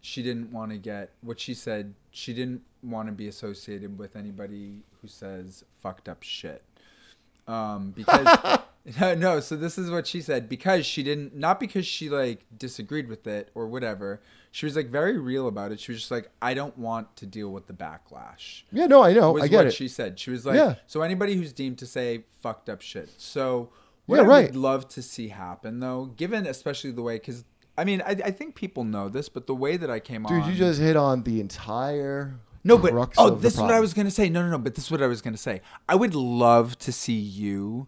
she didn't want to get what she said, she didn't want to be associated with anybody who says fucked up shit. um, because no, no. So this is what she said because she didn't, not because she like disagreed with it or whatever. She was like very real about it. She was just like, I don't want to deal with the backlash.
Yeah, no, I know.
Was
I get
what
it.
she said. She was like,
Yeah.
so anybody who's deemed to say fucked up shit. So what
Yeah,
I
right.
would love to see happen though, given especially the way, because I mean, I, I think people know this, but the way that I came on,
Dude, you just hit on the entire.
no, but
crux
oh,
of the
this is what I
problem.
was gonna say. No, no, no. But this is what I was gonna say. I would love to see you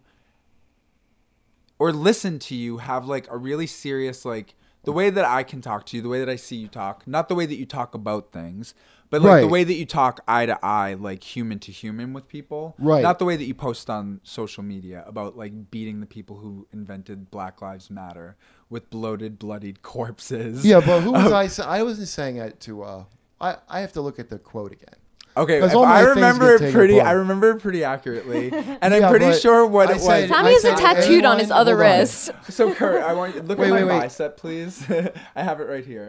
or listen to you have like a really serious like the way that I can talk to you, the way that I see you talk, not the way that you talk about things, but like the
Right.
way that you talk eye to eye, like human to human with people.
Right.
Not the way that you post on social media about like beating the people who invented Black Lives Matter with bloated, bloodied corpses.
Yeah, but who was
Oh.
I? sa- I wasn't saying that to. Uh, I I have to look at the quote again.
Okay,
'Cause
if
all
I
my things
remember
get
it
taken
pretty.
apart.
I remember it pretty accurately, and
Yeah,
I'm pretty
but
sure what
I
it
said-
was.
I
Tommy has a
said
tattooed on
anyone-
his other
hold on.
wrist.
So Kurt, I want you look
Wait,
at my
wait, wait.
bicep, please. I have it right here.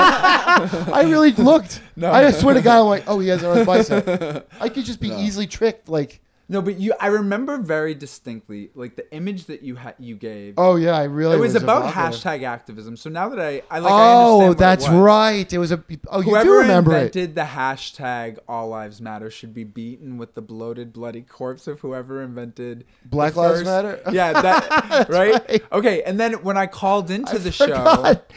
I really looked.
No.
I swear to God, I'm like, oh, he has it on his bicep. I could just be easily tricked. Like,
no, but you. I remember very distinctly, like the image that you had. You gave.
oh yeah, I really.
it was, about
evocative.
hashtag activism. So now that I, I like. I
Oh,
understand what it
that's
was.
right. It was a. Oh, you
Whoever
do remember it.
invented the hashtag All Lives Matter should be beaten with the bloated, bloody corpse of whoever invented the
Black Lives
first-
Matter?
Yeah, that, right?
right.
Okay, and then when I called into the show,
forgot.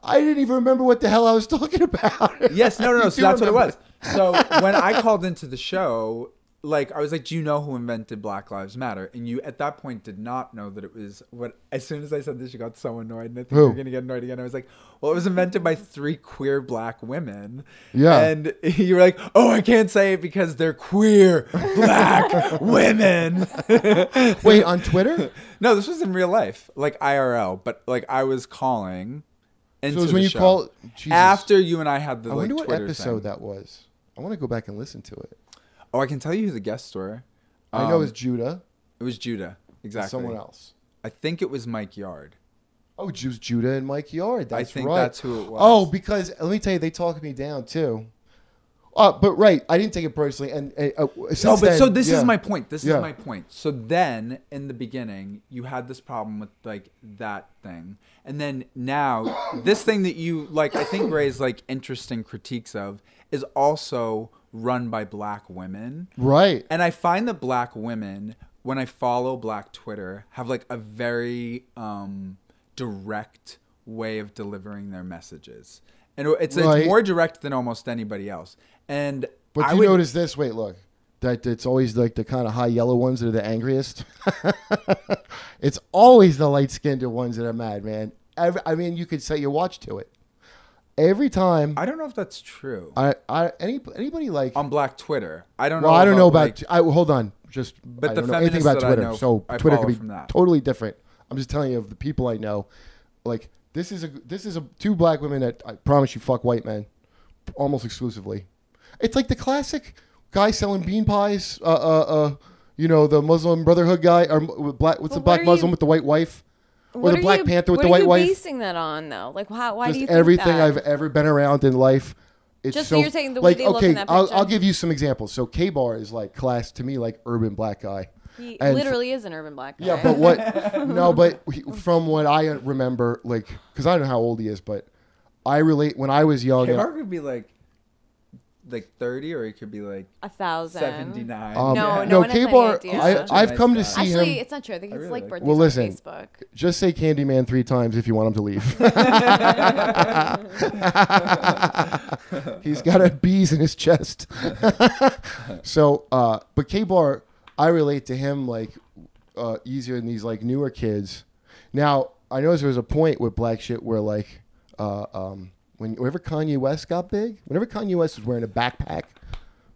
I didn't even remember what the hell I was talking about.
yes, no, no,
You
no. So
do
that's what it
remember.
was. So when I called into the show, like I was like, "Do you know who invented Black Lives Matter?" And you at that point did not know that it was what. As soon as I said this, you got so annoyed, and I think
Who?
you're gonna get annoyed again. I was like, "Well, it was invented by three queer black women."
Yeah.
and you were like, "Oh, I can't say it because they're queer black women."
Wait, on Twitter?
no, this was in real life, like IRL, but like I was calling. Into
was
the
when you
show.
call- Jesus.
after you and I had the
I
like,
wonder what
Twitter
episode
thing.
that was. I want to go back and listen to it.
Oh, I can tell you who the guests were.
I know it was Judah.
It was Judah.
and
Um, Exactly.
Someone else.
I think it was Mike Yard.
Oh, it was Judah and Mike Yard. That's
think
right.
that's who it was.
Oh, because let me tell you, they talked me down too. Uh, but right, I didn't take it personally. And uh, uh, since
No, but
then-
so this
yeah.
is my point. This
Yeah.
is my point. So then, in the beginning, you had this problem with like that thing, and then now this thing that you like, I think raised like interesting critiques of is also run by black women.
Right.
And I find that black women, when I follow black Twitter, have like a very um, direct way of delivering their messages. And it's,
Right.
it's more direct than almost anybody else. And
But
I
do you
would-
notice this? Wait, look. That it's always like the kind of high yellow ones that are the angriest. it's always the light skinned ones that are mad, man. Every, I mean, you could set your watch to it. Every time,
I don't know if that's true
I, I, any, anybody like.
on black Twitter. I don't
well,
know.
I don't know about.
like-
I hold on, just. But I
the
don't know anything
feminists
about
that I
Twitter,
know,
so
I
Twitter
follow
could
from
be
that.
totally different. I'm just telling you of the people I know. Like this is a this is a two black women that I promise you fuck white men, almost exclusively. It's like the classic guy selling bean pies. Uh, uh, uh you know the Muslim Brotherhood guy or m- black. What's the
what
black
are
Muslim
you-
with the white wife, or
What
the
are
Black
you-
Panther with
what
the
are
white
you
wife?
basing that on though? Like, why? Why do
just
you think
everything
that?
I've ever been around in life. It's
Just so
so,
you're saying the way
like
they look
okay,
in that
I'll,
picture.
I'll give you some examples. So K Bar is like class to me, like urban black guy.
He
And-
literally is an urban black guy.
Yeah, but what? no, but he- from what I remember, like, because I don't know how old he is, but I relate when I was young.
K-Bar would be like like 30 or it could be like
a thousand.
79.
No,
Um,
no
no,
one has
K Bar.
any idea.
I,
Such a
I've
nice
come
guy.
to see
Actually,
him.
it's not true. I think
I
it's
really like
like birthdays
him.
Well,
on
listen.
Facebook.
Just say Candyman three times if you want him to leave. He's got a bees in his chest. so, uh, but K Bar, I relate to him like uh, easier than these like newer kids. Now, I know there was a point with Black Shit where like uh, um, when whenever Kanye West got big, whenever Kanye West was wearing a backpack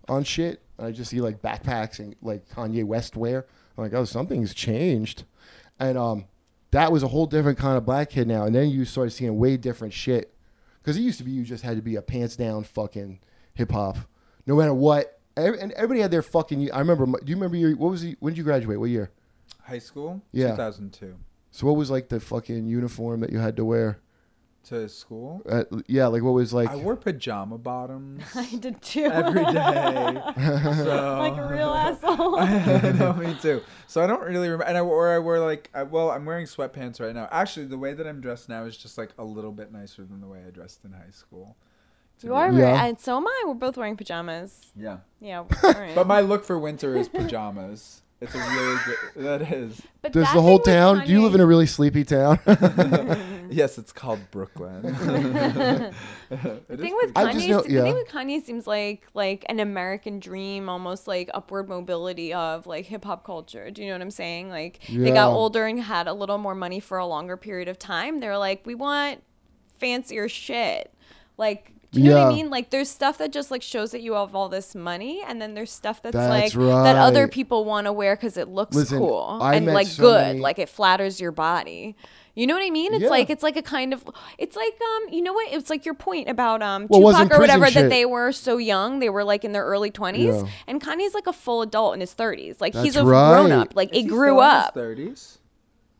on shit, and I just see like backpacks and like Kanye West wear. I'm like, oh, something's changed, and um, that was a whole different kind of black kid now. And then you started seeing way different shit. Because it used to be you just had to be a pants down fucking hip hop, no matter what. Every, and everybody had their fucking. I remember. my- Do you remember your? What was the, when did you graduate? What year?
High school?
Yeah.
2002.
So what was like the fucking uniform that you had to wear?
To school?
Uh, yeah, like what was like?
I wore pajama bottoms
I did too.
every day. so.
like a real asshole.
no, me too. So I don't really remember. And I or I wear like I, well, I'm wearing sweatpants right now. Actually, the way that I'm dressed now is just like a little bit nicer than the way I dressed in high school.
you are
Yeah.
right, and so am I. We're both wearing pajamas.
Yeah.
Yeah, all right.
But my look for winter is pajamas. it's a really good. That is.
But
Does
that
the whole
thing with
town? Do you
Kanye-
live in a really sleepy town?
Yes, it's called Brooklyn. It
The thing
is
with
I just
Kanye,
know-
the
yeah.
thing with Kanye seems like like an American dream, almost like upward mobility of like hip hop culture. Do you know what I'm saying? Like they
Yeah.
got older and had a little more money for a longer period of time. They're like, we want fancier shit. Like, do you know what I
Yeah.
mean? Like, there's stuff that just like shows that you have all this money, and then there's stuff that's,
That's
like that other
right.
people want to wear because it looks
Listen,
cool
I
and
met
like
so
good,
many-
like it flatters your body. You know what I mean? It's
Yeah.
like it's like a kind of it's like um you know what it's like your point about um
Well, it wasn't
Tupac or
prison
whatever
shit.
that they were so young. They were like in their early 20s.
Yeah.
And Kanye's like a full adult in his 30s. Like he's a
That's right.
grown up. Like
Is
it
he
grew
still in his
up.
30s.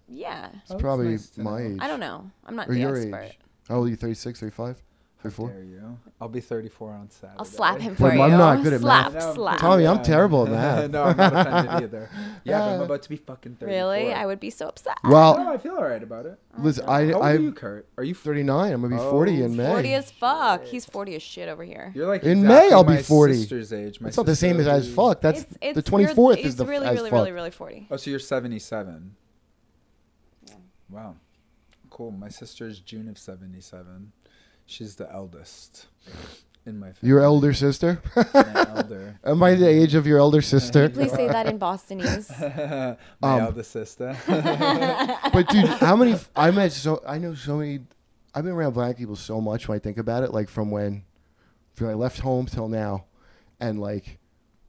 Yeah.
It's probably
nice to
my
know.
age.
I don't know. I'm not
Or
the
your
expert.
age. How old are you? 36, 35,
Dare
34?
you? I'll be 34 on Saturday.
I'll slap him for
But
you.
I'm not good at
slap,
math.
slap.
Tommy, I'm terrible at math.
no, I'm not offended either. Yeah, but I'm about to be fucking 34.
really? I would be so upset.
No,
Well,
I feel alright about it.
listen, I,
How old are
I'm
you, Kurt? Are you
39. I'm going to be
Oh,
40 in May.
40 as fuck. He's 40 as shit over here.
You're like
In
exactly
May, I'll be
my
40.
Sister's age. My
It's not the same as
sister
as
is-
fuck. That's
It's, it's
the 24th
you're,
is the
it's really,
as
really,
fuck.
really, really 40.
Oh, so you're 77. Wow, cool. My sister's June of 77. She's the eldest in my family.
Your elder sister?
my elder.
Am I the age of your elder sister?
Please say that in Bostonese.
Um,
My eldest sister.
but dude, how many? I met so I know so many. I've been around black people so much when I think about it. Like from when, from when I left home till now, and like,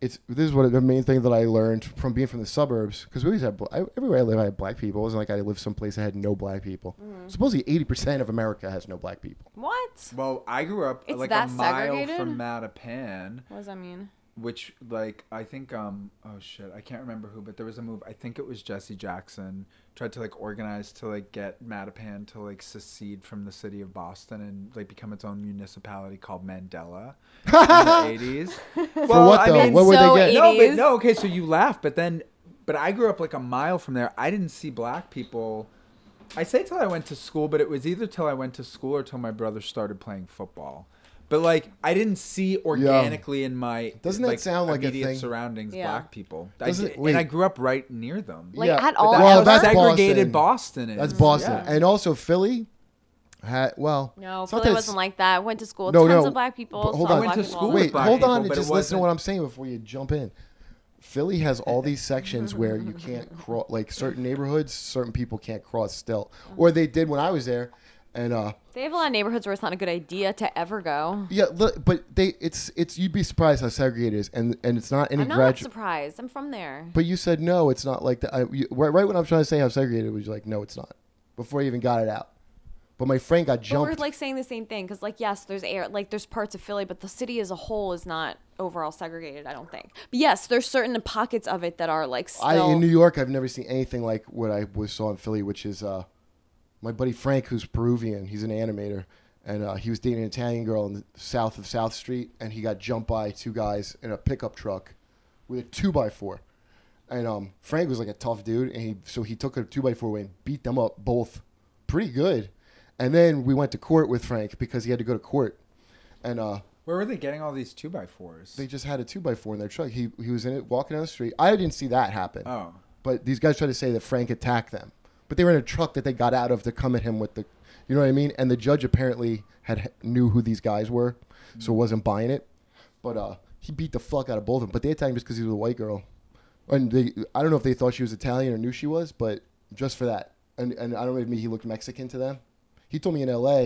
it's this is what the main thing that I learned from being from the suburbs. Because we always had bla- I, everywhere I lived, I had black people. It wasn't like I lived someplace that had no black people. Supposedly eighty percent of America has no black people.
what?
well, I grew up
It's
like a
that
mile
segregated?
from Mattapan.
What does that mean?
which like I think um oh shit I can't remember who but there was a move I think it was Jesse Jackson tried to like organize to like get Mattapan to like secede from the city of Boston and like become its own municipality called Mandela in the eighties. Well,
For what though? what would
so
they get?
it-
no, but
80s?
no. Okay, so you laugh, but then, but I grew up like a mile from there. I didn't see black people. I say till I went to school, but it was either till I went to school or till my brother started playing football. But like, I didn't see organically in my
Doesn't that
like,
sound like a
immediate
thing?
surroundings
Yeah.
black people. I
Doesn't-
did-
wait.
and I grew up right near them.
Like
Yeah,
at
but
all.
that-
That's
well,
how
hours?
that's
segregated Boston. is.
That's Boston,
Yeah.
and also Philly. Had, well,
No,
it's not
Philly
that it's-
wasn't like that. Went to school.
No,
tons
no.
of black people.
But hold
saw
on.
I went
black
to
people.
school with
Wait,
black
hold on.
people, but
just
it
listen to
wasn't-
what I'm saying before you jump in. Philly has all these sections where you can't cross, like certain neighborhoods, certain people can't cross still, or they did when I was there, and uh,
They have a lot of neighborhoods where it's not a good idea to ever go.
yeah, li- but they, it's, it's, you'd be surprised how segregated it is, and and it's not any
I'm not
graduate.
surprised. I'm from there.
But you said no, it's not like that. I, you, right, right when I'm trying to say how segregated, it was you're like no, it's not. Before you even got it out, but my friend got
But we're
jumped.
like saying the same thing because, like, yes, there's air, like, there's parts of Philly, but the city as a whole is not overall segregated. I don't think. But yes, there's certain pockets of it that are like still.
I in New York, I've never seen anything like what I was saw in Philly, which is uh, my buddy Frank, who's Peruvian. He's an animator, and uh, he was dating an Italian girl in the south of South Street, and he got jumped by two guys in a pickup truck with a two by four. And um, Frank was like a tough dude, and he so he took a two by four away and beat them up both pretty good. And then we went to court with Frank because he had to go to court, and uh,
Where were they getting all these two by fours?
They just had a two by four in their truck. He he was in it walking down the street. I didn't see that happen.
Oh.
But these guys tried to say that Frank attacked them. But they were in a truck that they got out of to come at him with the you know what I mean? And the judge apparently had knew who these guys were, so wasn't buying it. But uh he beat the fuck out of both of them. But they attacked him just because he was a white girl. And they I don't know if they thought she was Italian or knew she was, but just for that. And and I don't know if he looked Mexican to them. He told me in LA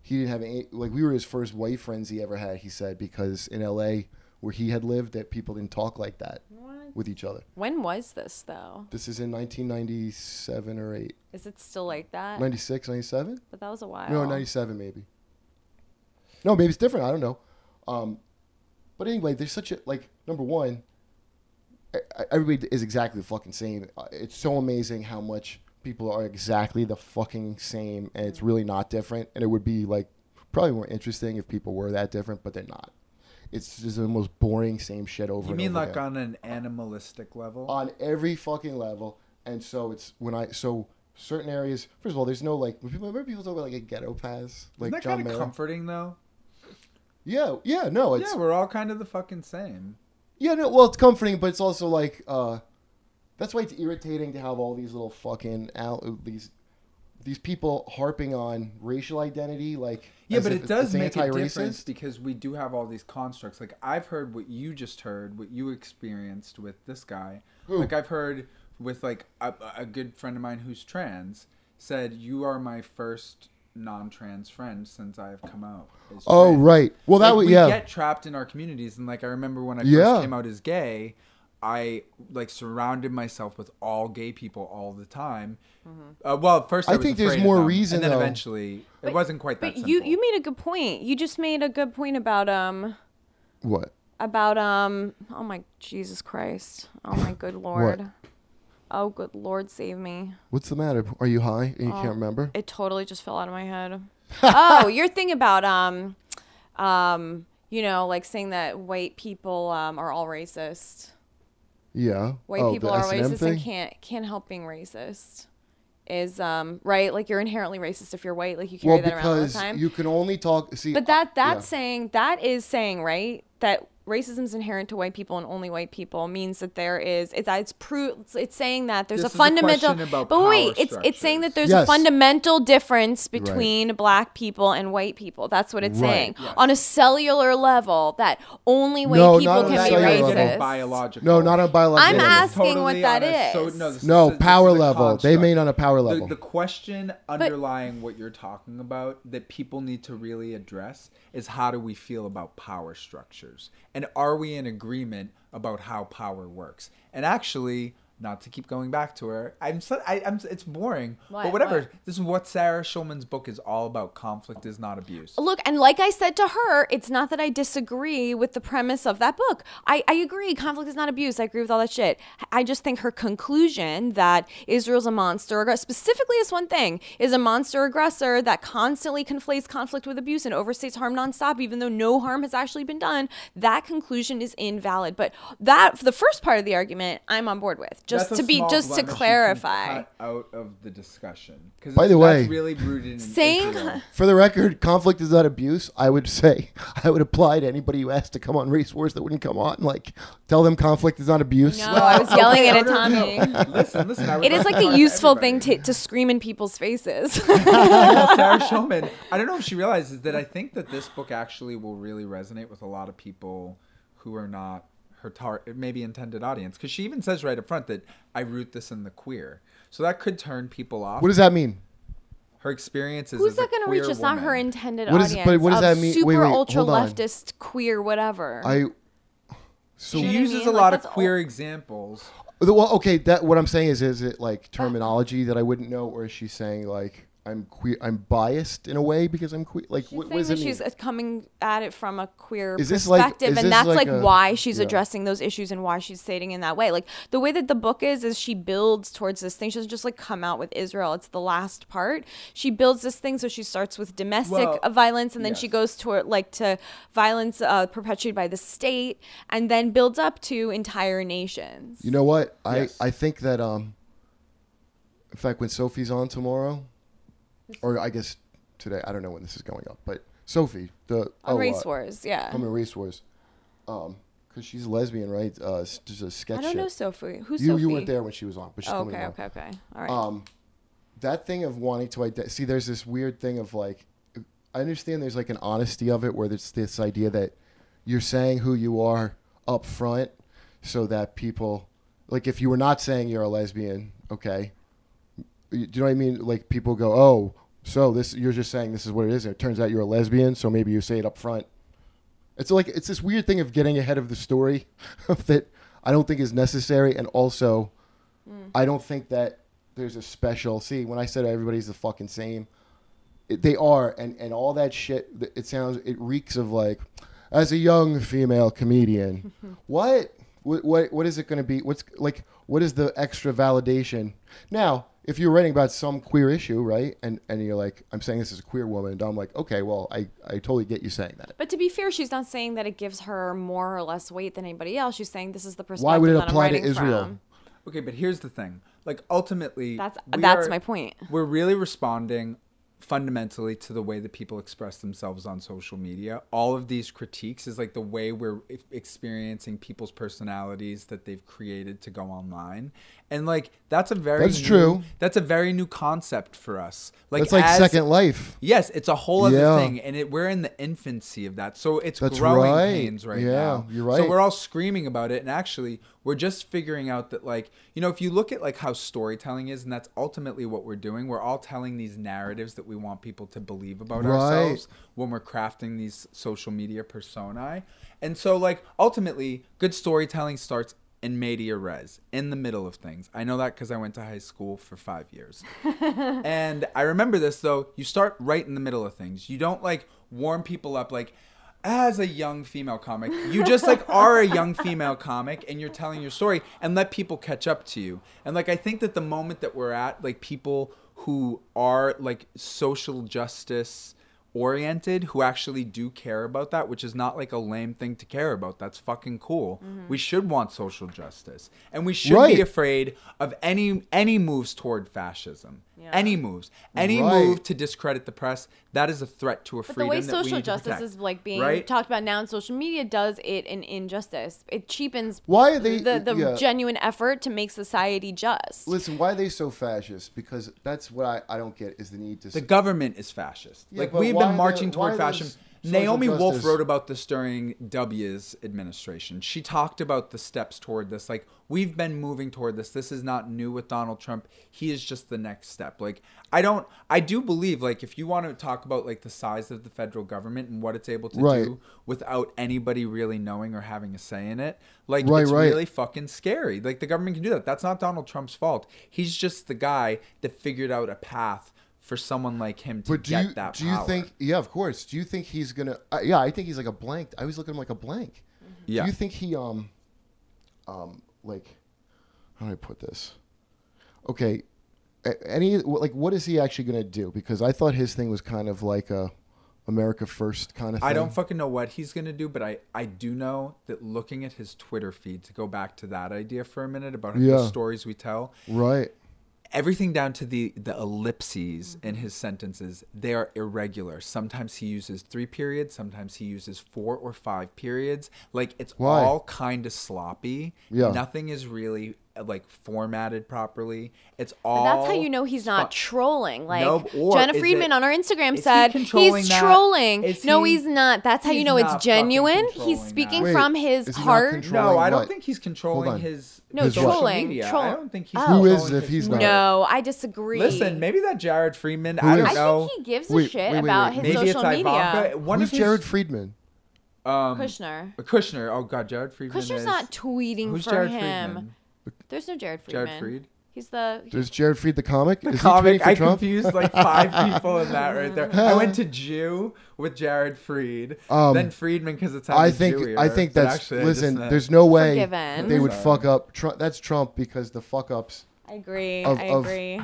he didn't have any like we were his first white friends he ever had, he said, because in LA where he had lived that people didn't talk like that with each other.
When was this though?
This is in 1997 or 8.
Is it still like that?
96, 97?
but that was a while.
No, 97 maybe. No, maybe it's different. I don't know. Um, but anyway, there's such a, like, number one, e- e- everybody is exactly the fucking same. Uh, It's so amazing how much people are exactly the fucking same, and it's really not different. And it would be, like, probably more interesting if people were that different, but they're not. It's just the most boring same shit over
You
and
mean
over Oh,
like
again
on an animalistic level?
on every fucking level. And so it's when I so certain areas. First of all, there's no like. Remember people talk about like a ghetto pass, like
Isn't that
John
kind of
Mayer?
comforting though?
Yeah, yeah, no, it's
yeah, we're all kind of the fucking same.
yeah, no. Well, it's comforting, but it's also like uh, that's why it's irritating to have all these little fucking out these these people harping on racial identity, like
Yeah,
as
but
if
it does
it's
make a difference
anti-racist.
because we do have all these constructs. Like I've heard what you just heard, what you experienced with this guy. Like I've heard with like a, a good friend of mine who's trans said, "You are my first non-trans friend since I have come out." as
Oh
trans."
right. Well, that
Like,
would
we
yeah.
get trapped in our communities, and like I remember when I
Yeah.
first came out as gay, I like surrounded myself with all gay people all the time.
Mm-hmm.
Uh, well, at first I,
I
was
think there's
afraid of
more
them,
reason,
and then
though.
eventually it wasn't quite that.
But you
simple.
you made a good point. You just made a good point about um
what?
about um oh my Jesus Christ. Oh my good lord. Oh good lord save me.
What's the matter? Are you high and you
Um,
can't remember?
It totally just fell out of my head. oh, your thing about um um you know like saying that white people um are all racist.
yeah.
White
Oh,
people
the
are
S&M
racist
thing?
and can't can't help being racist. Is um right like you're inherently racist if you're white like you carry
Well,
that around all the
because
time.
you can only talk. See,
But that that
yeah.
saying that is saying right that racism's inherent to white people and only white people means that there is it's it's pro, it's saying that there's
This is
a
a
fundamental
question about
but wait
power
it's it's saying that there's a
Yes.
fundamental difference between black people and white people that's what it's
Right.
saying on a cellular level that only white
No,
people
not
can
on a
be
cellular level.
racist
Biological.
No, not on biological.
I'm
level.
asking- what that
on a
is.
this
No,
this
power
a
level. They mean
construct.
on a power
The-
level.
The, question underlying what you're talking about that people need to really address is how do we feel about power structures? And are we in agreement about how power works? And actually, not to keep going back to her, I'm so, I, I'm it's boring,
What?
but whatever.
What?
This is what Sarah Schulman's book is all about. Conflict is not abuse.
Look, and like I said to her, it's not that I disagree with the premise of that book. I, I agree, conflict is not abuse. I agree with all that shit. I just think her conclusion that Israel's a monster, aggre- specifically this one thing, is a monster aggressor that constantly conflates conflict with abuse and overstates harm nonstop, even though no harm has actually been done. That conclusion is invalid. But that, for the first part of the argument, I'm on board with. Just
That's a
to be,
small
just to
blemish you can
clarify.
cut out of the discussion because
By the way-
that's really rooted in
Saying-
Israel.
For the record, conflict is not abuse. I would say I would apply to anybody who asked to come on Race Wars that wouldn't come on. Like, tell them conflict is not abuse.
No, Oh, I was yelling at it, Tommy.
listen, listen. I would
It is
like
like
to talk
a
to
useful thing
everybody.
to, to scream in people's faces.
Sarah Shulman. I don't know if she realizes that I think that this book actually will really resonate with a lot of people who are not her tar- maybe intended audience. Because she even says right up front that I root this in the queer. So that could turn people off.
What does that mean?
her experiences?
Who's
as
that
a
going to
queer
reach? It's not
woman.
her intended
What is-
audience.
but what does
of
that mean?
Super
Wait, wait,
ultra
hold on.
leftist queer whatever.
I
She
You know what I
uses
mean?
a
Like,
lot of
that's
queer
all-
examples.
well, okay. That what I'm saying is, is it like terminology that I wouldn't know, or is she saying like I'm queer? I'm biased in a way because I'm queer. Like,
she's
what, what
saying
does
that
it mean?
she's uh, coming at it from a queer
Is this like-
perspective,
is this
and that's
like
like,
a-
why she's
yeah.
addressing those issues and why she's stating in that way. Like the way that the book is, is she builds towards this thing. She doesn't just like come out with Israel. It's the last part. She builds this thing, so she starts with domestic
Well,
uh, violence, and then she
yes.
goes toward like to violence uh, perpetuated by the state, and then builds up to entire nations.
You know what? I,
Yes.
I think that um in fact when Sophie's on tomorrow or I guess today, I don't know when this is going up, but Sophie, the
On
oh, uh,
Race Wars, yeah.
I'm in Race Wars, um, because she's lesbian, right? Uh, s- just a sketch.
I don't
show.
know Sophie. Who's
You
Sophie?
you weren't there when she was on, but she's
Oh,
coming
okay,
back.
okay, okay. All right.
Uh,
Um, that thing of wanting to ident- see, there's this weird thing of like, I understand there's like an honesty of it where there's this idea that you're saying who you are up front, so that people, like, if you were not saying you're a lesbian, okay, you- do you know what I mean? Like people go, oh, so this you're just saying this is what it is, and it turns out you're a lesbian, so maybe you say it up front. It's like it's this weird thing of getting ahead of the story that I don't think is necessary, and also I don't think that there's a special. See, when I said everybody's the fucking same, it, they are, and and all that shit. th- It sounds it reeks of like, as a young female comedian, what what what what is it going to be? What's like what is the extra validation now? If you're writing about some queer issue, right, and, and you're like, I'm saying this is a queer woman, and I'm like, okay, well, I, I totally get you saying that.
but to be fair, she's not saying that it gives her more or less weight than anybody else. She's saying this is the perspective
Why would it
that I'm
apply to
writing
Israel?
from.
Okay, but here's the thing. Like ultimately,
That's-
we
that's
are-
my point.
We're really responding fundamentally to the way that people express themselves on social media. All of these critiques is like the way we're e- experiencing people's personalities that they've created to go online, and like that's a very
That's
new-
true.
That's a very new concept for us. Like
That's like
as-
Second Life.
Yes, it's a whole other
Yeah.
thing, and it, we're in the infancy of that. So it's
That's
growing
right.
pains right
Yeah,
now.
you're
So
right.
we're all screaming about it, and actually, we're just figuring out that, like, you know, if you look at like how storytelling is, and that's ultimately what we're doing. We're all telling these narratives that we want people to believe about
Right.
ourselves when we're crafting these social media personae. And so, like, ultimately, good storytelling starts in media res, in the middle of things. I know that because I went to high school for five years. and I remember this, though. You start right in the middle of things. You don't, like, warm people up, like, as a young female comic, you just like are a young female comic and you're telling your story and let people catch up to you. And like I think that the moment that we're at, like people who are like social justice oriented who actually do care about that, which is not like a lame thing to care about. That's fucking cool. We should want social justice. And we should
Right.
be afraid of any any moves toward fascism. Any moves. Any
Right.
move to discredit the press, that is a threat to a
But the
freedom
way
that we
social
need to
justice
protect,
is like being
right?
talked about now in social media does it an injustice. It cheapens
Why are they-
the, the
yeah.
genuine effort to make society just.
Listen, why are they so fascist? Because that's what I, I don't get is the need to.
The
s-
government is fascist.
Yeah,
like
but
we've
why
been
the-
marching
why
toward
the
fascism.
s- social
Naomi Wolf
justice-
wrote about this during W's administration. She talked about the steps toward this. Like we've been moving toward this. This is not new with Donald Trump. He is just the next step. Like I don't I do believe like if you want to talk about like the size of the federal government and what it's able to
Right.
do without anybody really knowing or having a say in it, like
Right,
it's
right.
really fucking scary. Like the government can do that. That's not Donald Trump's fault. He's just the guy that figured out a path for someone like him to
but do
get
you
that
do you
power.
think? Yeah, of course. Do you think he's gonna? Uh, yeah, I think he's like a blank. I always look at him like a blank.
Mm-hmm. Yeah.
Do you think he um, um, like, how do I put this? Okay, a- any like what is he actually gonna do? Because I thought his thing was kind of like a America first kind of. thing.
I don't fucking know what he's gonna do, but I I do know that looking at his Twitter feed to go back to that idea for a minute about
Yeah.
the stories we tell,
Right.
everything down to the the ellipses in
Mm-hmm.
his sentences they are irregular sometimes he uses three periods sometimes he uses four or five periods like it's
Why?
all kind of sloppy
Yeah.
nothing is really uh, like formatted properly it's all
But that's how you know he's not
spot-
trolling. Like
No, or
Jenna
is
Friedman
it-
on our Instagram
is he
said,
controlling
he's
that?
trolling.
Is
no,
he-
he's not. That's how you
he's
know
not
it's
fucking
genuine.
controlling
He's
that.
speaking
Wait,
from his
is he not
heart.
controlling-
no i
what?
don't think he's controlling
on.
his
No,
His
social
trolling,
media.
troll-
i don't think he's
Who
is
controlling
if
his
he's not?
No, I disagree.
listen maybe that jared friedman
Who
i don't
is?
I
know
think he gives a
Wait,
shit
wait, wait,
about
wait.
his
maybe
social
it's
media.
Ivanka. One
Who's
of his, um,
Jared Friedman?
Kushner.
Kushner. Oh God, Jared Friedman.
Kushner's
is-
not tweeting
Who's
for
Jared
him.
Friedman?
There's no Jared Friedman.
Jared Fried?
He's the.
There's Jared Fried the comic? is he
Comic.
tweeting for
I
Trump?
confused like five people in that right there. I went to Jew with Jared Fried,
Um,
then Friedman because it's
I think
Jewier,
I think
but
that's
actually I just uh,
listen.
meant-
There's no way
Forgiven.
they would fuck up. Trump, that's Trump because the fuck ups.
I agree.
Of-
I
of-
agree.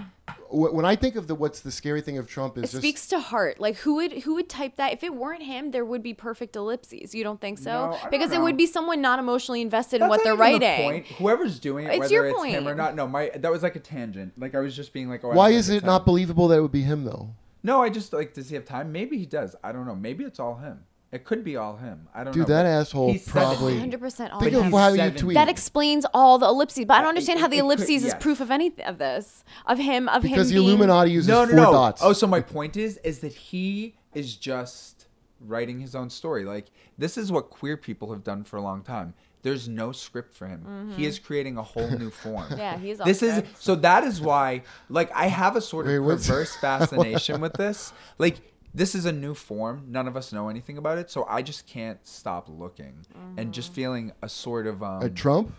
wh- When I think of the what's the scary thing of Trump is
It
just
speaks to heart. Like who would who would type that? If it weren't him, there would be perfect ellipses. You don't think so?
No, I don't
because it
know.
would be someone not emotionally invested in
That's
what
not
they're
even the
writing.
point. Whoever's doing it,
It's
whether
your
it's him
point.
or not. No, my that was like a tangent. Like I was just being like, oh, I
why
don't
is
think
it not believable that it would be him though?
No, I just like. Does he have time? Maybe he does. I don't know. Maybe it's all him. It could be all him. I don't
Dude,
know.
that
but
asshole
he's seven-
probably.
100% all
Think
of
of
him.
how you
Seven.
tweet.
That explains all the ellipses, but I don't
Uh,
understand
it-
how the
it could-
ellipses is
yes.
proof of any of this. Of him, of
because
him.
the
being-
Illuminati uses
No, no,
four
no.
dots.
Oh, so my point is, is that he is just writing his own story. Like this is what queer people have done for a long time. There's no script for him. He is creating a whole new form.
Yeah, he is off
This is
script.
so that is why, like, I have a sort of
Wait, what's-
perverse fascination with this. Like, this is a new form. None of us know anything about it, so I just can't stop looking and just feeling a sort of um,
Uh, Trump?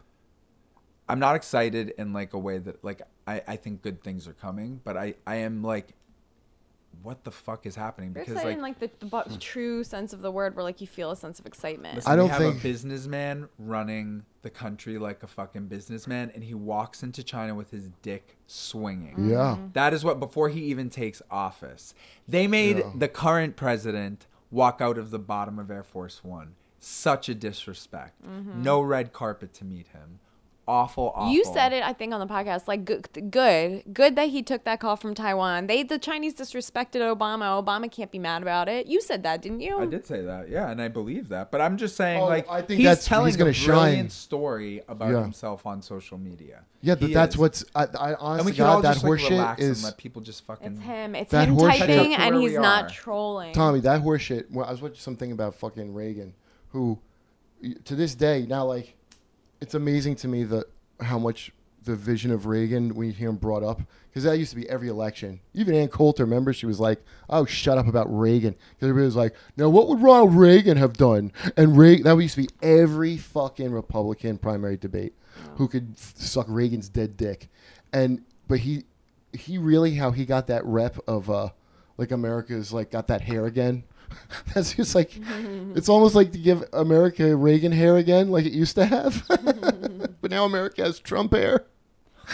I'm not excited in like a way that like I, I think good things are coming, but I I am like, what the fuck is happening?
You're
Because
excited in
like, Hmm.
like the, the bu- true sense of the word, where like you feel a sense of excitement.
listen,
I don't
we have
think-
a businessman running the country like a fucking businessman, and he walks into China with his dick swinging.
Yeah.
Mm-hmm.
That is what before he even takes office, they made the current president walk out of the bottom of Air Force One. Such a disrespect. No red carpet to meet him. Awful, awful.
Mm-hmm. You said it, I think, on the podcast. Like, good, good, good that he took that call from Taiwan. They, the Chinese, disrespected Obama. Obama can't be mad about it. You said that, didn't you?
I did say that, yeah, and I believe that. But I'm just saying,
Oh,
like,
I think
he's
that's-
telling
he's gonna
a
shine.
brilliant story about
Yeah.
himself on social media.
Yeah, but
He
that's
is.
what's. I, I
And
honestly,
we can all
God, that
just like,
horseshit
relax and
is.
let people just fucking.
It's him. It's
That
him
horseshit-
Catch
typing,
up to
and
where
he's
we
not
are.
trolling.
Tommy, that horseshit. Well, I was watching something about fucking Reagan, who, y- to this day, now like, it's amazing to me that how much the vision of Reagan when you hear him brought up, because that used to be every election. Even Ann Coulter, remember, she was like, "Oh, shut up about Reagan," because everybody was like, "Now, what would Ronald Reagan have done?" And Reagan, that used to be every fucking Republican primary debate, who could f- suck Reagan's dead dick, and but he, he really how he got that rep of uh like America's like got that hair again. That's just like it's almost like to give America Reagan hair again, like it used to have. but now America has Trump hair.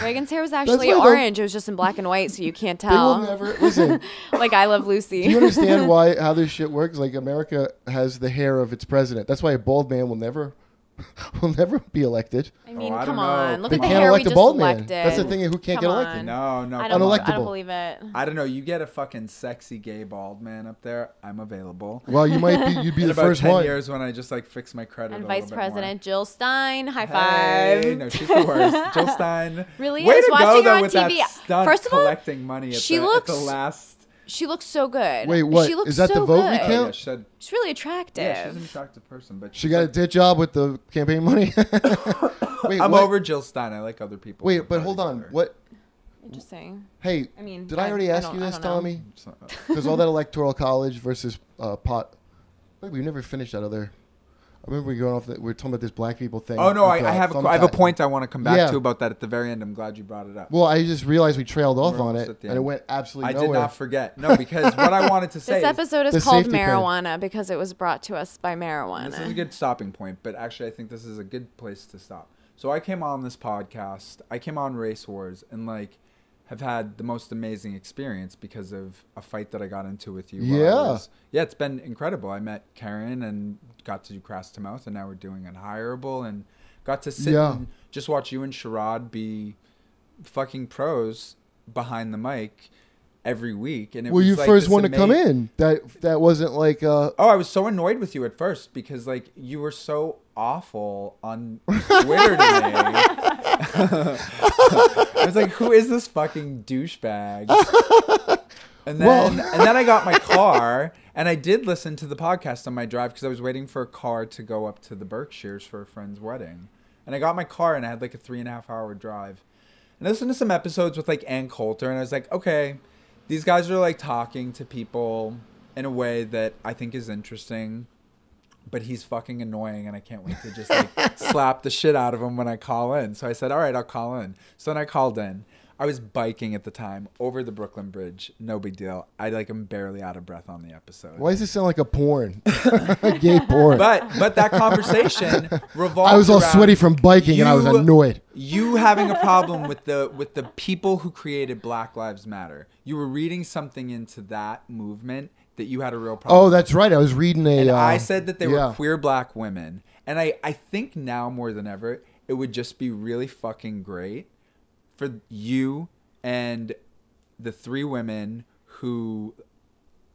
Reagan's hair was actually
why they'll-
orange. It was just in black and white, so you can't
They will
tell.
never listen.
like I Love
Do you
Lucy.
understand why how this shit works? Like America has the hair of its president. That's why a bald man will never will never be elected.
I mean,
Oh, I don't
come
know.
on. Look
They
at the
can't
hair we
elect a
just
bald man.
elected.
That's the thing, who can't
Come
get elected.
on.
No, no,
I
come
don't,
on.
I don't
Unelectable.
believe it.
I don't know. You get a fucking sexy gay bald man up there. I'm available.
Well, you might be you'd be
In
the
about
first
ten
one.
years, when I just like fix my credit.
And
a
Vice
little bit more.
President Jill Stein, high five.
Hey, no, she's the worst. Jill Stein
Really
Way
is.
to
Watching
go
her
though
on
with
TV.
that stunt
First of all,
collecting money. At
she
the,
looks-
at the last.
She looks so good.
Wait, what?
She looks
Is that the
so
vote we
good.
Oh,
count?
yeah, she said,
She's really attractive.
yeah, she's an attractive person, but
She
she's,
got a
like,
ditch job with the campaign money. Wait,
I'm
what?
over Jill Stein. I like other people.
Wait, but hold on. What?
Interesting.
Hey,
I mean,
did I,
I-
already
I
ask
don't-
you
I
this,
don't know.
Tommy?
So-
Because all that electoral college versus uh, pot. Wait, we never finished that other. I remember we going off. The, we were talking about this black people thing.
Oh no,
with,
I, I
uh,
have a, I have a
thumbtack.
point I want to come back
Yeah.
to about that at the very end. I'm glad you brought it up.
Well, I just realized we trailed off
We're
on
almost
it,
at the
and it
end.
went absolutely
I did
nowhere.
not forget. No, because what I wanted to say
This
is,
episode
The
is called
safety code.
marijuana because it was brought to us by marijuana.
This is a good stopping point, but actually, I think this is a good place to stop. So I came on this podcast. I came on Race Wars and like have had the most amazing experience because of a fight that I got into with you. while I
Yeah.
was- yeah, it's been incredible. I met Karen and got to do Crass to Mouth, and now we're doing Unhirable, and got to sit
Yeah.
and just watch you and Sherrod be fucking pros behind the mic every week. And it
well,
was
you
like
first
this
one to come
amazing-
in. That that wasn't like. Uh,
Oh, I was so annoyed with you at first because like you were so awful on Twitter today. I was like, who is this fucking douchebag? And then
Well-
and then I got my car and I did listen to the podcast on my drive because I was waiting for a car to go up to the Berkshires for a friend's wedding. And I got my car and I had like a three and a half hour drive. And I listened to some episodes with like Ann Coulter and I was like, okay, these guys are like talking to people in a way that I think is interesting. But he's fucking annoying, and I can't wait to just like slap the shit out of him when I call in. So I said, "All right, I'll call in." So then I called in. I was biking at the time over the Brooklyn Bridge. No big deal. I like am barely out of breath on the episode.
why does this sound like a porn? Gay porn.
But but that conversation revolved.
I was all
around
sweaty from biking, and I was
you-
annoyed.
You having a problem with the with the people who created Black Lives Matter. You were reading something into that movement that you had a real problem.
Oh,
with.
that's right. I was reading a.
And
uh,
I said that they
yeah.
were queer black women. And I, I think now more than ever, it would just be really fucking great for you and the three women who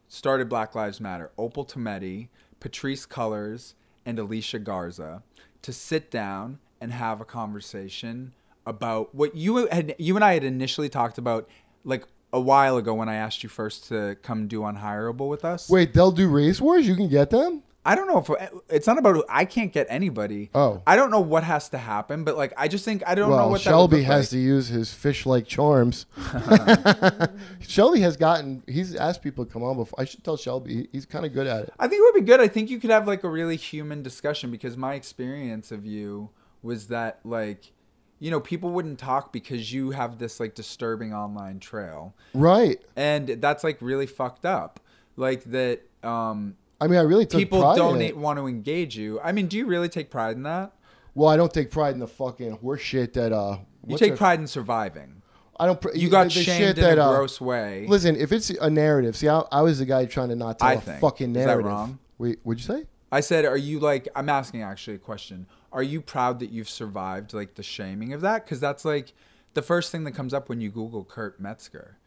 started Black Lives Matter, Opal Tometi, Patrice Cullors, and Alicia Garza to sit down and have a conversation about what you had you and I had initially talked about like a while ago when I asked you first to come do Unhireable with us.
Wait, they'll do race wars. You can get them.
I don't know if it's not about I can't get anybody.
Oh.
I don't know what has to happen, but like I just think I don't know
Well,
what that
Shelby
would look
has
like.
to use his fish-like charms. Shelby has gotten. He's asked people to come on before. I should tell Shelby. he- He's kind of good at it.
I think it would be good. I think you could have like a really human discussion because my experience of you was that like you know people wouldn't talk because you have this like disturbing online trail
Right.
and that's like really fucked up like that um
I mean, I really took
people
pride
don't
in it.
want to engage you i mean do you really take pride in that
Well, I don't take pride in the fucking horse shit that uh.
you
what's
take
her-
pride in surviving
I don't. Pr-
you got
the- the
shamed
shit
in
that,
a
uh,
gross way
Listen, if it's a narrative, see, I, I was the guy trying to not tell
I
a
think.
fucking
Is that
narrative.
wrong?
Wait, what'd you say?
i said are you like i'm asking actually a question are you proud that you've survived like the shaming of that because that's like the first thing that comes up when you google kurt metzger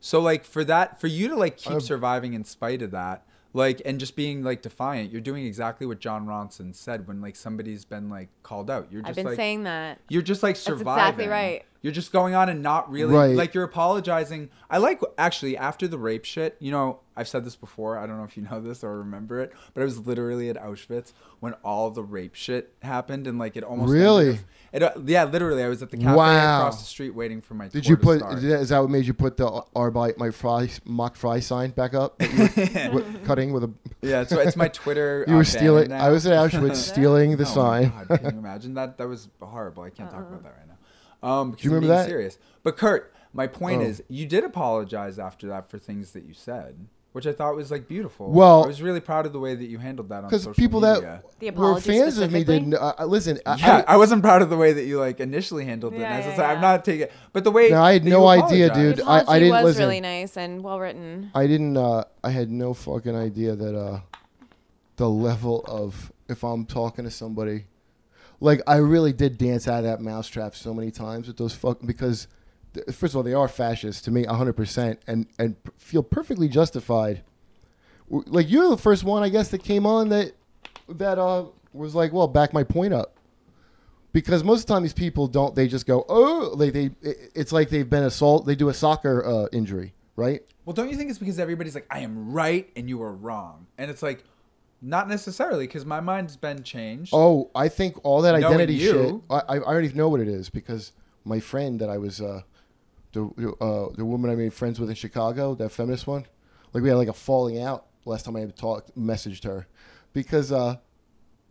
so like for that for you to like keep surviving in spite of that like and just being like defiant you're doing exactly what john ronson said when like somebody's been like called out you're just
I've been
like
saying that.
You're just like
That's
surviving.
exactly right.
You're just going on and not really
Right.
like you're apologizing. I like actually after the rape shit. You know, I've said this before. I don't know if you know this or remember it, but I was literally at Auschwitz when all the rape shit happened, and like it almost ended
Really?
with- It, uh, yeah, literally. I was at the cafe
Wow.
across the street waiting for my.
Did
tour
you
to
put?
start.
Is that- is that what made you put the R by my fry mock fry sign back up? that you were wi- cutting with a.
Yeah, so it's my Twitter.
You
uh, banner
were stealing.
now.
I was at Auschwitz stealing the
Oh my
sign.
God, can you imagine that? That was horrible. I can't
Uh-uh.
talk about that right now. Um, because
you
I'm
remember
being
that? Oh.
Serious. But Kurt, my point is, you did apologize after that for things that you said, which I thought was like beautiful.
Well-
I was really proud of the way that you handled that on
Because
social
people
media.
The
that were
apology
fans of me
specifically?
didn't. Uh, listen, I-
yeah, I, wasn't proud of the way that you like initially handled it.
Yeah,
and I was
yeah,
just like, I'm
yeah.
not taking, but the way
No, I had
that
no
you
idea,
apologized-
dude.
The
I- I
apology
didn't
was
listen.
really nice and well written.
I didn't. Uh, I had no fucking idea that uh, the level of if I'm talking to somebody, like I really did dance out of that mousetrap so many times with those fuck because, th- first of all, they are fascists to me, hundred percent, and and p- feel perfectly justified. W- Like you're the first one, I guess, that came on that that uh was like, well, back my point up. Because most of the time these people don't, they just go, oh, like they, it- it's like they've been assault. They do a soccer uh, injury, right?
Well, don't you think it's because everybody's like, I am right and you are wrong, and it's like, not necessarily, because my mind's been changed.
Oh, I think all that
Knowing
identity shit.
you-
I, I already know what it is because my friend that I was, uh, the uh, the woman I made friends with in Chicago, that feminist one, like we had like a falling out last time I had talked, messaged her, because uh,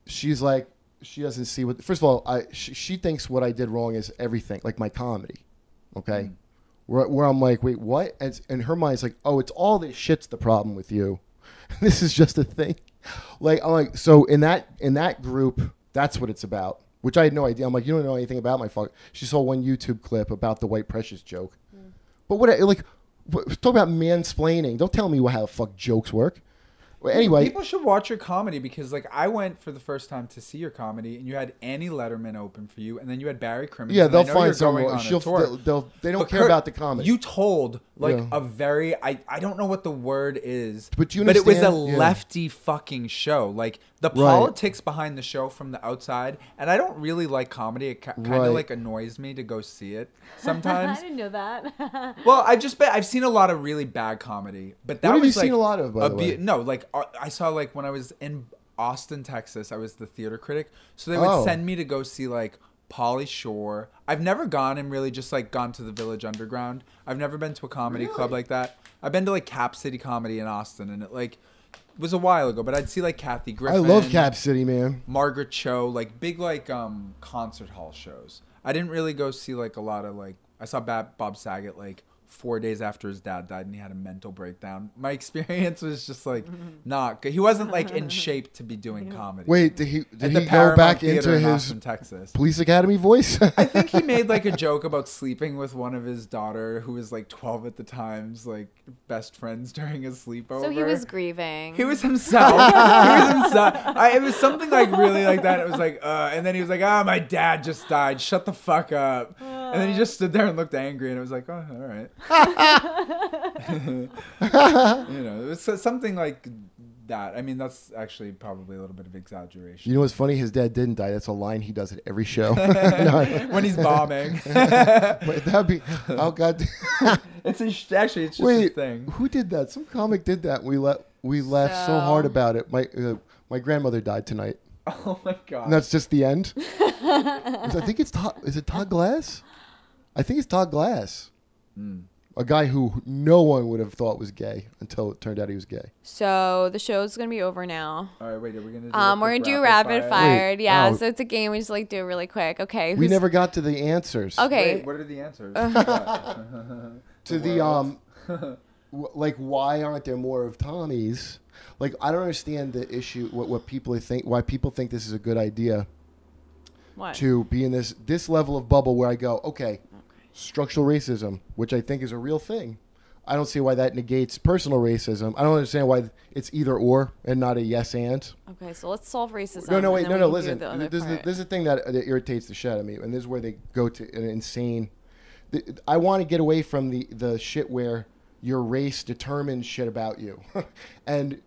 she's like she doesn't see what. First of all, I she, she thinks what I did wrong is everything, like my comedy, okay. Where, where I'm like, wait, what? And, it's- in her mind, it's like, oh, it's all this shit's the problem with you. this is just a thing. Like, I'm like, so in that in that group, that's what it's about. Which I had no idea. I'm like, you don't know anything about my fuck. She saw one YouTube clip about the white precious joke.
Mm.
But what? Like, what, talk about mansplaining. Don't tell me how the fuck jokes work. Well, anyway,
People should watch your comedy because, like, I went for the first time to see your comedy, and you had Annie Letterman open for you, and then you had Barry Crimmins.
Yeah,
and I
they'll
know you're
find
going
someone.
on a
She'll-
tour.
they'll- they'll- they don't
But
care about the comedy.
You told like
Yeah.
a very I I don't know what the word is,
But you
it was a
understand- yeah.
lefty fucking show. Like the politics behind the show from the outside, and I don't really like comedy. It kind of
Right.
like annoys me to go see it sometimes.
know that.
Well, I've just been, I've seen a lot of really bad comedy, but that
What have
was
you
like
seen a lot of, by the way?
No, like uh, I saw like when I was in Austin, Texas, I was the theater critic, so they would
Oh.
send me to go see like Polly Shore. I've never gone and really just like gone to the Village Underground. I've never been to a comedy club like that. I've been to like Cap City Comedy in Austin, and it like was a while ago, but I'd see like Kathy
I
Griffin.
love Cap City, man.
Margaret Cho, like big like um concert hall shows. I didn't really go see like a lot of like I saw Bob, Bob Saget like four days after his dad died and he had a mental breakdown. My experience was just like
Mm-hmm.
not good. He wasn't like in shape to be doing comedy.
Wait, did he did
At
he
the
go
Paramount
back
Theater
into
in
his
Austin, Texas?
police academy voice?
I think he made like a joke about sleeping with one of his daughter who was like 12 at the time's like best friends during his sleepover.
so he was grieving.
He was himself. he was himself. I, it was something like really like that. It was like, uh, and then he was like, ah, my dad just died. Shut the fuck up. And then he just stood there and looked angry, and it was like, oh, all right. you know, it was so- something like that. I mean, that's actually probably a little bit of exaggeration.
You know what's funny? His dad didn't die. That's a line he does at every show. No,
when he's bombing,
but that'd be oh god.
it's a, sh- actually it's just a
Wait,
thing.
who did that? Some comic did that. We let we laughed so, hard
So-
about it. My uh, my grandmother died tonight.
Oh my god!
And that's just the end. 'Cause I think it's Todd. Is it Todd Glass? I think it's Todd Glass. A guy who no one would have thought was gay until it turned out he was gay.
So the show's gonna be over now.
All right, wait. Are we gonna? Do
Um,
a
we're gonna
quick
do rapid fire.
fire. Wait,
Yeah,
oh.
so it's a game we just like do really quick. Okay.
We
who's- Oh,
never got to the answers.
Okay.
Wait, what are the answers?
To the um, w- like why aren't there more of Tommy's? Like I don't understand the issue. What what people think? Why people think this is a good idea?
what?
to be in this this level of bubble where I go, okay, structural racism, which I think is a real thing. I don't see why that negates personal racism. I don't understand why it's either or and not a yes and.
Okay, so let's solve racism.
No, no,
and
wait,
then
no,
we
no.
can do
Listen,
the other
this is, the,
part.
this is the thing that, that irritates the shit out of me, and this is where they go to an insane. th- I want to get away from the the shit where your race determines shit about you, and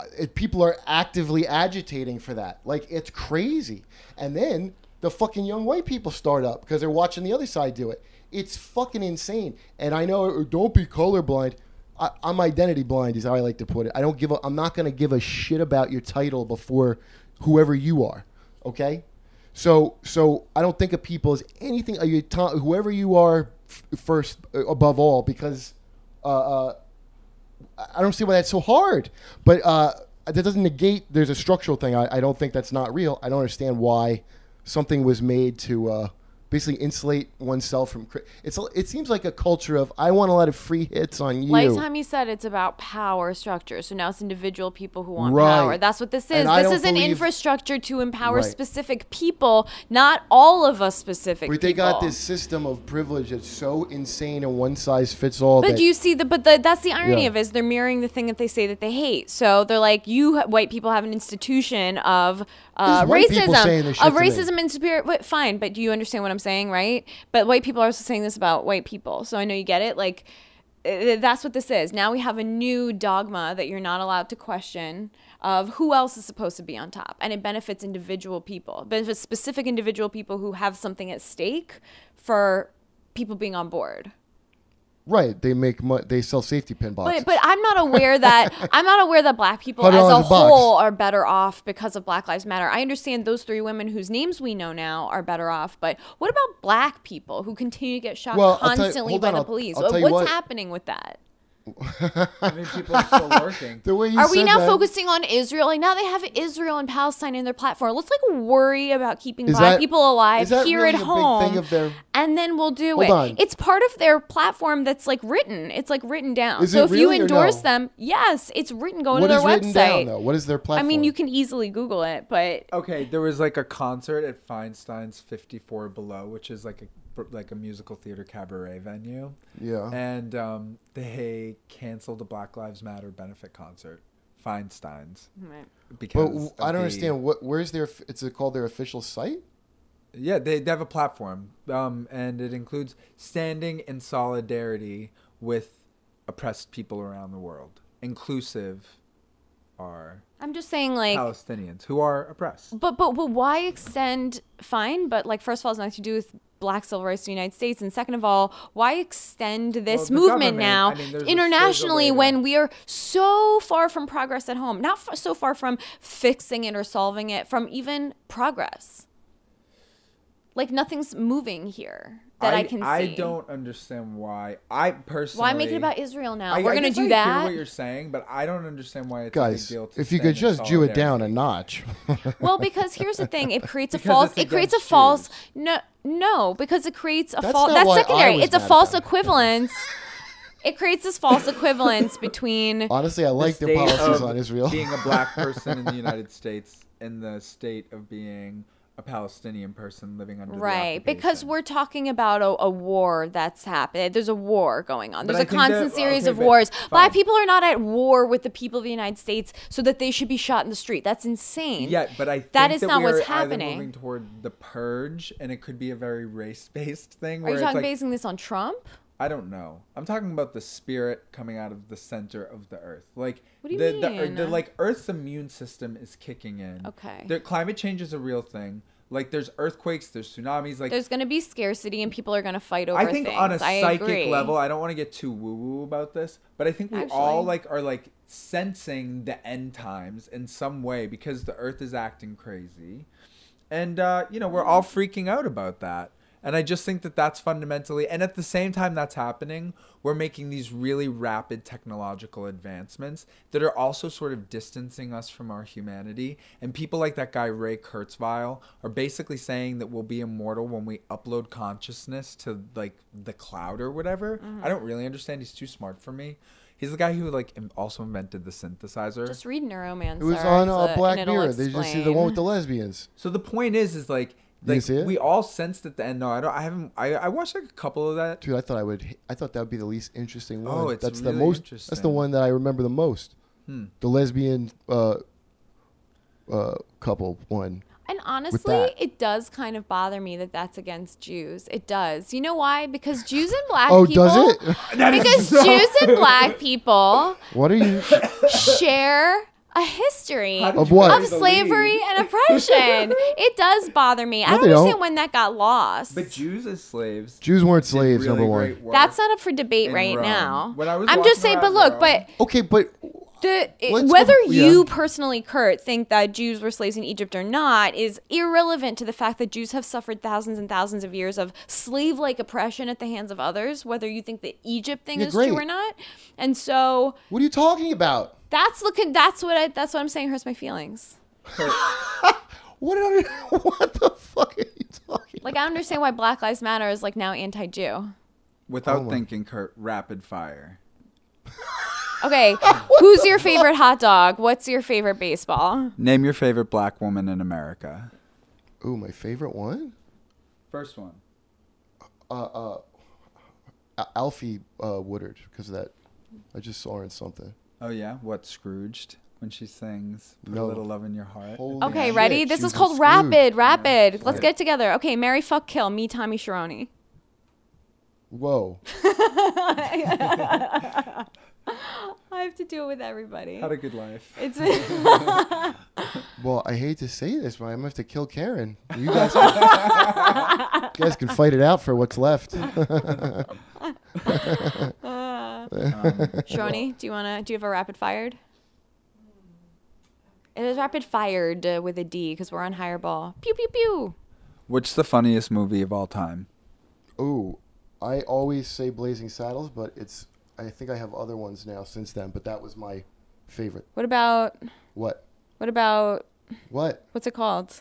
uh, it, people are actively agitating for that. Like it's crazy. And then the fucking young white people start up because they're watching the other side do it. It's fucking insane. And I know uh, don't be colorblind. I, I'm identity blind, is how I like to put it. I don't give a. I'm not gonna give a shit about your title before whoever you are. Okay. So so I don't think of people as anything. Are you ta- whoever you are f- first uh, above all because. Uh, uh, I don't see why that's so hard. But uh, that doesn't negate there's a structural thing. I, I don't think that's not real. I don't understand why something was made to uh, basically insulate oneself from. Cri- it's a, it seems like a culture of I want a lot of free hits on you.
Lifetime, you said it's about power structure. So now it's individual people who want
Right.
power. That's what this is.
And I
this
don't
is an
believe-
infrastructure to empower
Right.
specific people, not all of us specific
but they got
people.
this system of privilege that's so insane and one size fits all.
But
that,
do you see the? But the, that's the irony
Yeah.
of it is they're mirroring the thing that they say that they hate. So they're like, you h- white people have an institution of uh,
This is white people
racism,
saying this shit
of
to me.
racism and superior. But fine, but do you understand what I'm saying, right? But white people are also saying this about white people. So I know you get it. Like uh, that's what this is. Now we have a new dogma that you're not allowed to question of who else is supposed to be on top, and it benefits individual people, It benefits specific individual people who have something at stake for people being on board.
right? They make mo- they sell safety pin boxes.
But but I'm not aware that I'm not aware that black people
Hundred
as a
dollars a box.
whole are better off because of Black Lives Matter. I understand those three women whose names we know now are better off, but what about black people who continue to get shot
Well, I'll tell you-
constantly
hold
by
on,
the
I'll-
police?
I'll tell
What's
you what.
happening with that?
I mean, people are still working.
the way you
Are we
said
now
that-
focusing on Israel? Like now they have Israel and Palestine in their platform. Let's like worry about keeping
Is
black
that-
people alive
is that
here at
really a big thing
home,
of their-
and then we'll do
Hold
it.
on.
It's part of their platform that's like written. It's like written down.
Is
so
it
if
really
you
or
endorse
no?
them, yes, it's written. Go to
What
their
is written
website.
down though? What is their
I
platform?
mean, you can easily Google it, but
Okay, there was like a concert at Feinstein's 54 Below, which is like a like a musical theater cabaret venue.
Yeah.
And um, they canceled the Black Lives Matter benefit concert, Feinstein's,
But
because
w-
of
I don't
the-
understand what. Where's their? f- It's called their official site.
Yeah, they, they have a platform, um, and it includes standing in solidarity with oppressed people around the world. Inclusive are
I'm just saying like.
Palestinians who are oppressed.
But but but why extend fine? But like, first of all, it's nothing to do with black civil rights in the United States, and second of all, why extend
Well,
this
the government-
movement now
I mean, there's a-
internationally
there's a way
when
to-
we are so far from progress at home, not f- so far from fixing it or solving it, from even progress. Like nothing's moving here that I, can see.
I don't understand why. I personally.
Why make it about Israel now?
I-
We're
I
gonna
guess
do
I
that.
Hear what you're saying, but I don't understand why it's
guys
a big deal. To
if you could
stand in
just Jew it
solidarity.
down a notch
Well, because here's the thing: it creates a
Because
false.
it's
It creates a
against
false.
Jews.
No, no, because it creates a
That's
false.
not
That's
why I
secondary.
was
It's a
mad
false
about it.
equivalence. it creates this false equivalence between.
honestly i like their
state
policies
of
on israel
being a black person in the United States and the state of being a Palestinian person living under the
Right, because
occupation.
we're talking about a, a war that's happened. There's a war going on.
But
There's
I
a
think that-
constant series
okay,
of
but-
wars. Black
fine.
people are not at war with the people of the United States so that they should be shot in the street. That's insane.
Yeah, but I think
that is not
we
what's
are either
happening.
Moving toward the purge, and it could be a very race-based thing.
Are
Where
you
it's
talking
like,
basing this on Trump?
I don't know. I'm talking about the spirit coming out of the center of the earth. Like
What do you
the, the ear-
mean?
the like Earth's immune system is kicking in.
Okay.
The climate change is a real thing. Like there's earthquakes, there's tsunamis. Like
There's going to be scarcity and people are going to fight over
I think on a
things. I
psychic
agree.
level, I don't want to get too woo woo about this, but I think we all
Actually.
like are like sensing the end times in some way because the earth is acting crazy. And uh, you know, we're all freaking out about that. And I just think that that's fundamentally and at the same time that's happening, we're making these really rapid technological advancements that are also sort of distancing us from our humanity. And people like that guy Ray Kurzweil are basically saying that we'll be immortal when we upload consciousness to like the cloud or whatever. I don't really understand. He's too smart for me. He's the guy who like im- also invented the synthesizer.
Just read Neuromancer.
It was on
It's
uh,
a-
Black
and it'll
Mirror. They just see the
explain.
one with the lesbians.
So the point is, is like,
you
like
see it?
we all sensed at the end. No, I don't. I haven't. I, I watched like a couple of that.
Dude, I thought I would. h- I thought that would be the least interesting one.
Oh, it's
that's the
really
most. That's the
interesting. Hmm.
one that I remember the most. The lesbian uh, uh, couple one.
And honestly,
that.
it does kind of bother me that that's against Jews. It does. You know why? Because Jews and black
Oh,
people.
does it?
Because Jews and black people
What are you?
share a history
How did
Of
you
what?
guys
of
believe?
slavery and oppression. it does bother me. I
No,
don't
they don't.
understand when that got lost.
But Jews as slaves.
Jews weren't
did
slaves.
really
number
great
one.
work.
that's not up for debate
in
right
Rome.
now.
When I was
I'm
walking
just saying, but
around
look,
Rome-
but
Okay, but
The, it-
Let's go-
whether
yeah.
you personally, Kurt, think that Jews were slaves in Egypt or not is irrelevant to the fact that Jews have suffered thousands and thousands of years of slave like oppression at the hands of others, whether you think the Egypt thing
Yeah,
is
great.
true or not. And so
what are you talking about?
that's looking, that's what I, that's what I'm saying hurts my feelings.
What are, what the fuck are you talking?
Like, I understand why Black Lives Matter is like now anti Jew.
Without
Oh my-
thinking, Kurt. Rapid fire.
Okay, who's your favorite hot dog? What's your favorite baseball?
Name your favorite black woman in America.
Ooh, my favorite one,
First one.
Al- Alfie uh, Woodard, because of that. I just saw her in something.
Oh yeah, what Scrooged when she sings "Put
No.
a Little Love in Your Heart"?
Holy
Okay,
shit,
ready?
she
This
was
is
in
called
Scrooge.
Rapid, Rapid. Let's
Yeah.
get it together. Okay, Mary, fuck, kill. Me, Tommy Sharoni.
Whoa.
I have to do it with everybody.
Had a good life.
It's
Well, I hate to say this, but I'm gonna have to kill Karen. You guys, you guys can fight it out for what's left.
Sharoni. Do you wanna? Do you have a rapid fired? It is rapid fired uh, with a D because we're on higher ball. Pew pew pew.
What's the funniest movie of all time?
Ooh, I always say Blazing Saddles, but it's. I think I have other ones now since then, but that was my favorite.
What about?
What?
What about?
What?
What's it called?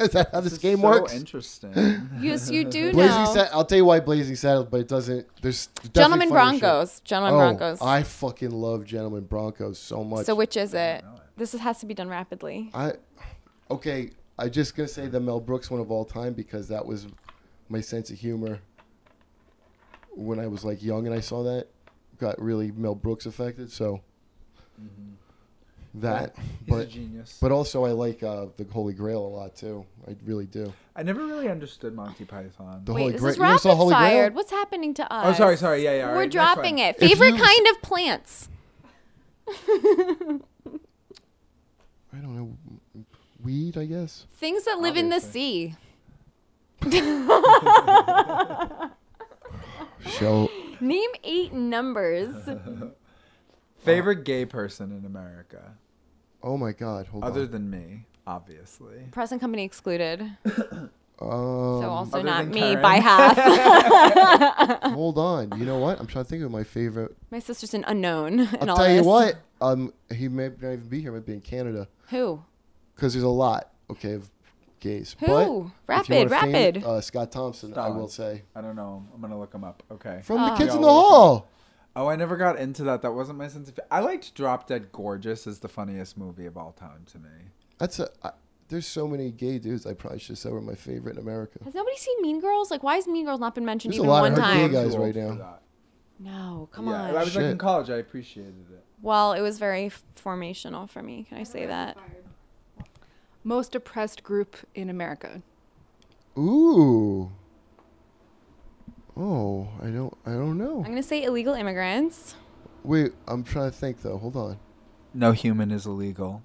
Is that how this, game
so
works?
interesting.
Yes, you do
Blazing
know.
Sa- I'll tell you why Blazing Saddles, but it doesn't. There's definitely
Gentlemen
funny shit.
Broncos. Gentlemen
Oh,
Broncos.
I fucking love Gentlemen Broncos so much.
so which is it? This is- has to be done rapidly.
I okay. I just gonna say the Mel Brooks one of all time because that was my sense of humor when I was like young and I saw that got really Mel Brooks affected. So that,
He's Mm-hmm. a
but
genius.
but also I like uh, the Holy Grail a lot too. I really do.
I never really understood Monty Python.
The Holy
Wait, this
Grail.
is
You never saw
rapid
Holy
fired.
Grail?
What's happening to us?
Oh, sorry, sorry. Yeah, yeah. all
We're
right, next one.
dropping it.
If
Favorite
you-
kind of plants.
I don't know. Weed, I guess.
Things that live in the sea.
Show.
Name eight numbers.
Favorite gay person in America,
Oh my God. Hold
other
on.
than me, obviously.
Press and company excluded.
Um,
So also
Other
not
than
me
Karen.
by half.
hold on. You know what? I'm trying to think of my favorite
My sister's an unknown. And all
I'll tell you
this.
what. Um, he may not even be here. Might be in Canada
Who?
because there's a lot. Okay, of gays.
Who?
But if you
Rapid,
wanna fame-
rapid.
uh, Scott Thompson. I
Stalin.
will say
I
Ah.
don't know. I'm gonna look him up. Okay.
from the
We
kids
all look
in the
'em up.
hall.
Oh, I never got into that. That wasn't my sense of. I liked Drop Dead Gorgeous as the funniest movie of all time to me.
That's a. I, There's so many gay dudes. I probably should say were my favorite in America.
Has nobody seen Mean Girls? Like, why has Mean Girls not been mentioned
There's a
even
lot
one
of her gay
time?
guys
Too old
right
for
now.
that.
No, come
Yeah,
on.
I was like in
Shit.
college. I appreciated it.
well, it was very f- formational for me. Can I say that?
Most oppressed group in America.
Ooh. Oh, I don't. I don't know.
I'm gonna say illegal immigrants.
Wait, I'm trying to think though. Hold on.
No human is illegal.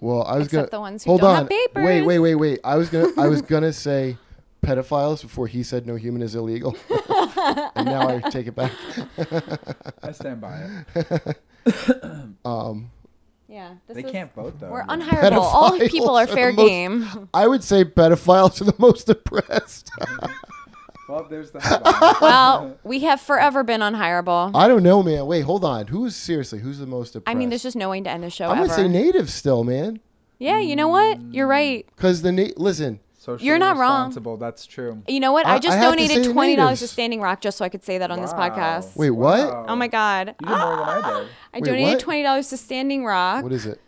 Well, I was
Except
gonna
the ones who
hold
don't
on.
have papers.
Wait, wait, wait, wait. I was gonna I was gonna say pedophiles before he said no human is illegal, and now I take it back.
I stand by it.
Yeah. This
They
is-
can't vote though.
We're
Yeah.
unhireable. All
Pedophiles
people are fair
the most-
game.
I would say pedophiles are the most oppressed.
Well, there's the headline.
well, we have forever been unhireable.
I don't know, man. Wait, hold on. Who's seriously? Who's the most
I
oppressed?
mean, there's just no way to end the show
I'm
ever.
gonna say natives still, man.
yeah, you know what? You're right.
Because the na- listen,
Socially
You're not wrong.
responsible, That's true.
You know what?
I-
I just
I have to say
donated
the
twenty dollars to
natives.
Standing Rock just so I could say that on this
Wow.
podcast.
wait, what?
Oh my god.
You did more than I
Um,
did.
I
Wait,
donated
what?
twenty dollars to Standing Rock.
What is it?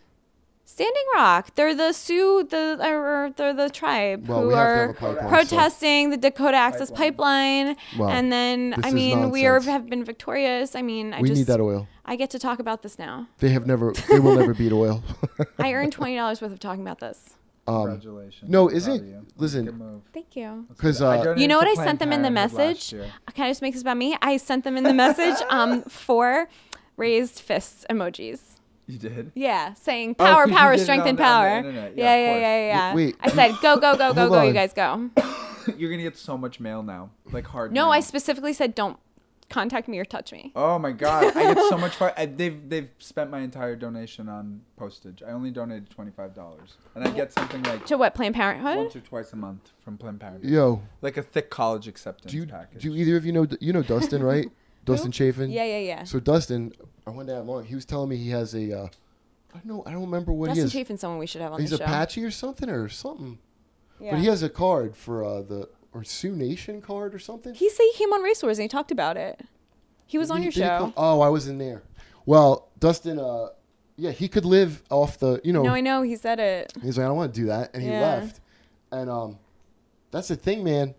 Standing Rock. They're the Sioux, the or they're the tribe
Well,
who
we have to
are
have a pipeline. so-
protesting the Dakota Access Pipeline.
Wow.
And then
This
I
is
mean, we are,
nonsense.
have been victorious. I mean, I
we
just
need that oil.
I get to talk about this now.
They have never. They will never beat oil. Um,
I earned twenty dollars worth of talking about this.
Congratulations.
no,
I'm
is
proud
it-
of you.
listen.
Good move.
Thank you.
Because
I
uh,
donated
You know
to
what I
Planned
sent them in the
Parenthood last
message? Uh,
year.
Can I just make this about me? I sent them in the message um for raised fists emojis.
You did.
Yeah, saying
Oh, 'cause
power,
you
power,
did it
strength,
on
and
the- on the
power. Yeah,
internet. Yeah,
yeah,
of
yeah,
course.
yeah, yeah.
Wait.
I said, go, go, go, go,
Hold
go. You
on.
guys go.
You're gonna get so much mail now, like hard.
No,
mail.
I specifically said, don't contact me or touch me.
Oh my god, I get so much fun. I, they've they've spent my entire donation on postage. I only donated twenty five dollars, and I get something like
To what? Planned Parenthood?
once or twice a month from Planned Parenthood,
yo,
like a thick college acceptance
do you
package.
do either of you know you know Dustin right? Dustin Chafin.
Yeah, yeah, yeah.
So Dustin, I went down long. He was telling me he has a. Uh, I don't know. I don't remember what
Dustin
he is.
Chaffin's someone we should have on
He's
the show.
Apache or something or something.
Yeah.
But he has a card for uh, the or Sioux Nation card or something.
He said he came on Race Wars and he talked about it. He was on
Did
your
he- did he come-
show.
oh, I wasn't there. Well, Dustin. Uh, yeah, he could live off the. You know.
No, I know. He said it.
He's like, I don't want to do that, and he
Yeah.
left. And um, that's the thing, man.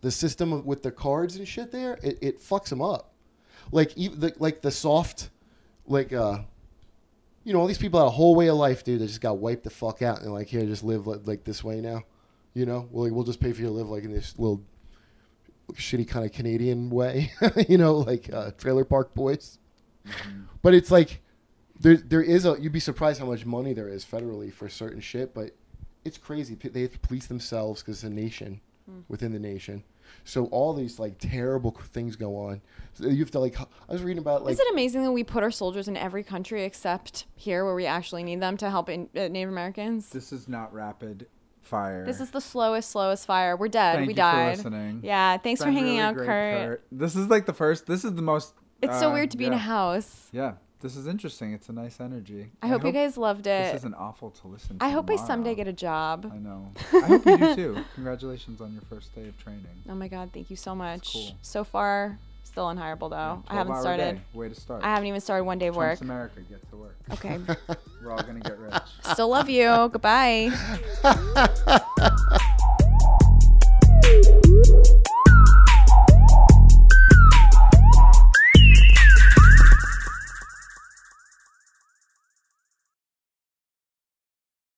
The system of, with the cards and shit there, it, it fucks him up. Like even the, like the soft, like uh, you know, all these people had a whole way of life, dude. That just got wiped the fuck out, and they're like, here, just live like, like this way now. You know, we'll, we'll just pay for you to live like in this little shitty kind of Canadian way. you know, like uh, Trailer Park Boys. But it's like there there is a you'd be surprised how much money there is federally for certain shit, but it's crazy. P- They have to police themselves because it's a nation within the nation. So all these like terrible c- things go on. So you have to like h- I was reading about like
Isn't it amazing that we put our soldiers in every country except here where we actually need them to help in, uh, Native Americans?
this is not rapid fire.
This is the slowest, slowest fire. We're dead.
Thank
we
you for
died.
listening.
Yeah, thanks
It's
for
been
hanging
really
out,
great,
Kurt.
This is like the first. This is the most.
It's so
uh,
weird to be in a
yeah.
house.
Yeah, this is interesting. It's a nice energy.
I, hope, you guys loved
This
it.
isn't awful to listen. to
I hope I
tomorrow.
someday get a job.
I know. I hope you do too. Congratulations on your first day of training.
Oh my god, thank you so much.
cool.
So far, still unhireable though.
12
I haven't
hour
started.
Day. Way to start.
I haven't even started one day of work.
Trump's America, get to work.
Okay.
We're all gonna get rich.
still love you. Goodbye.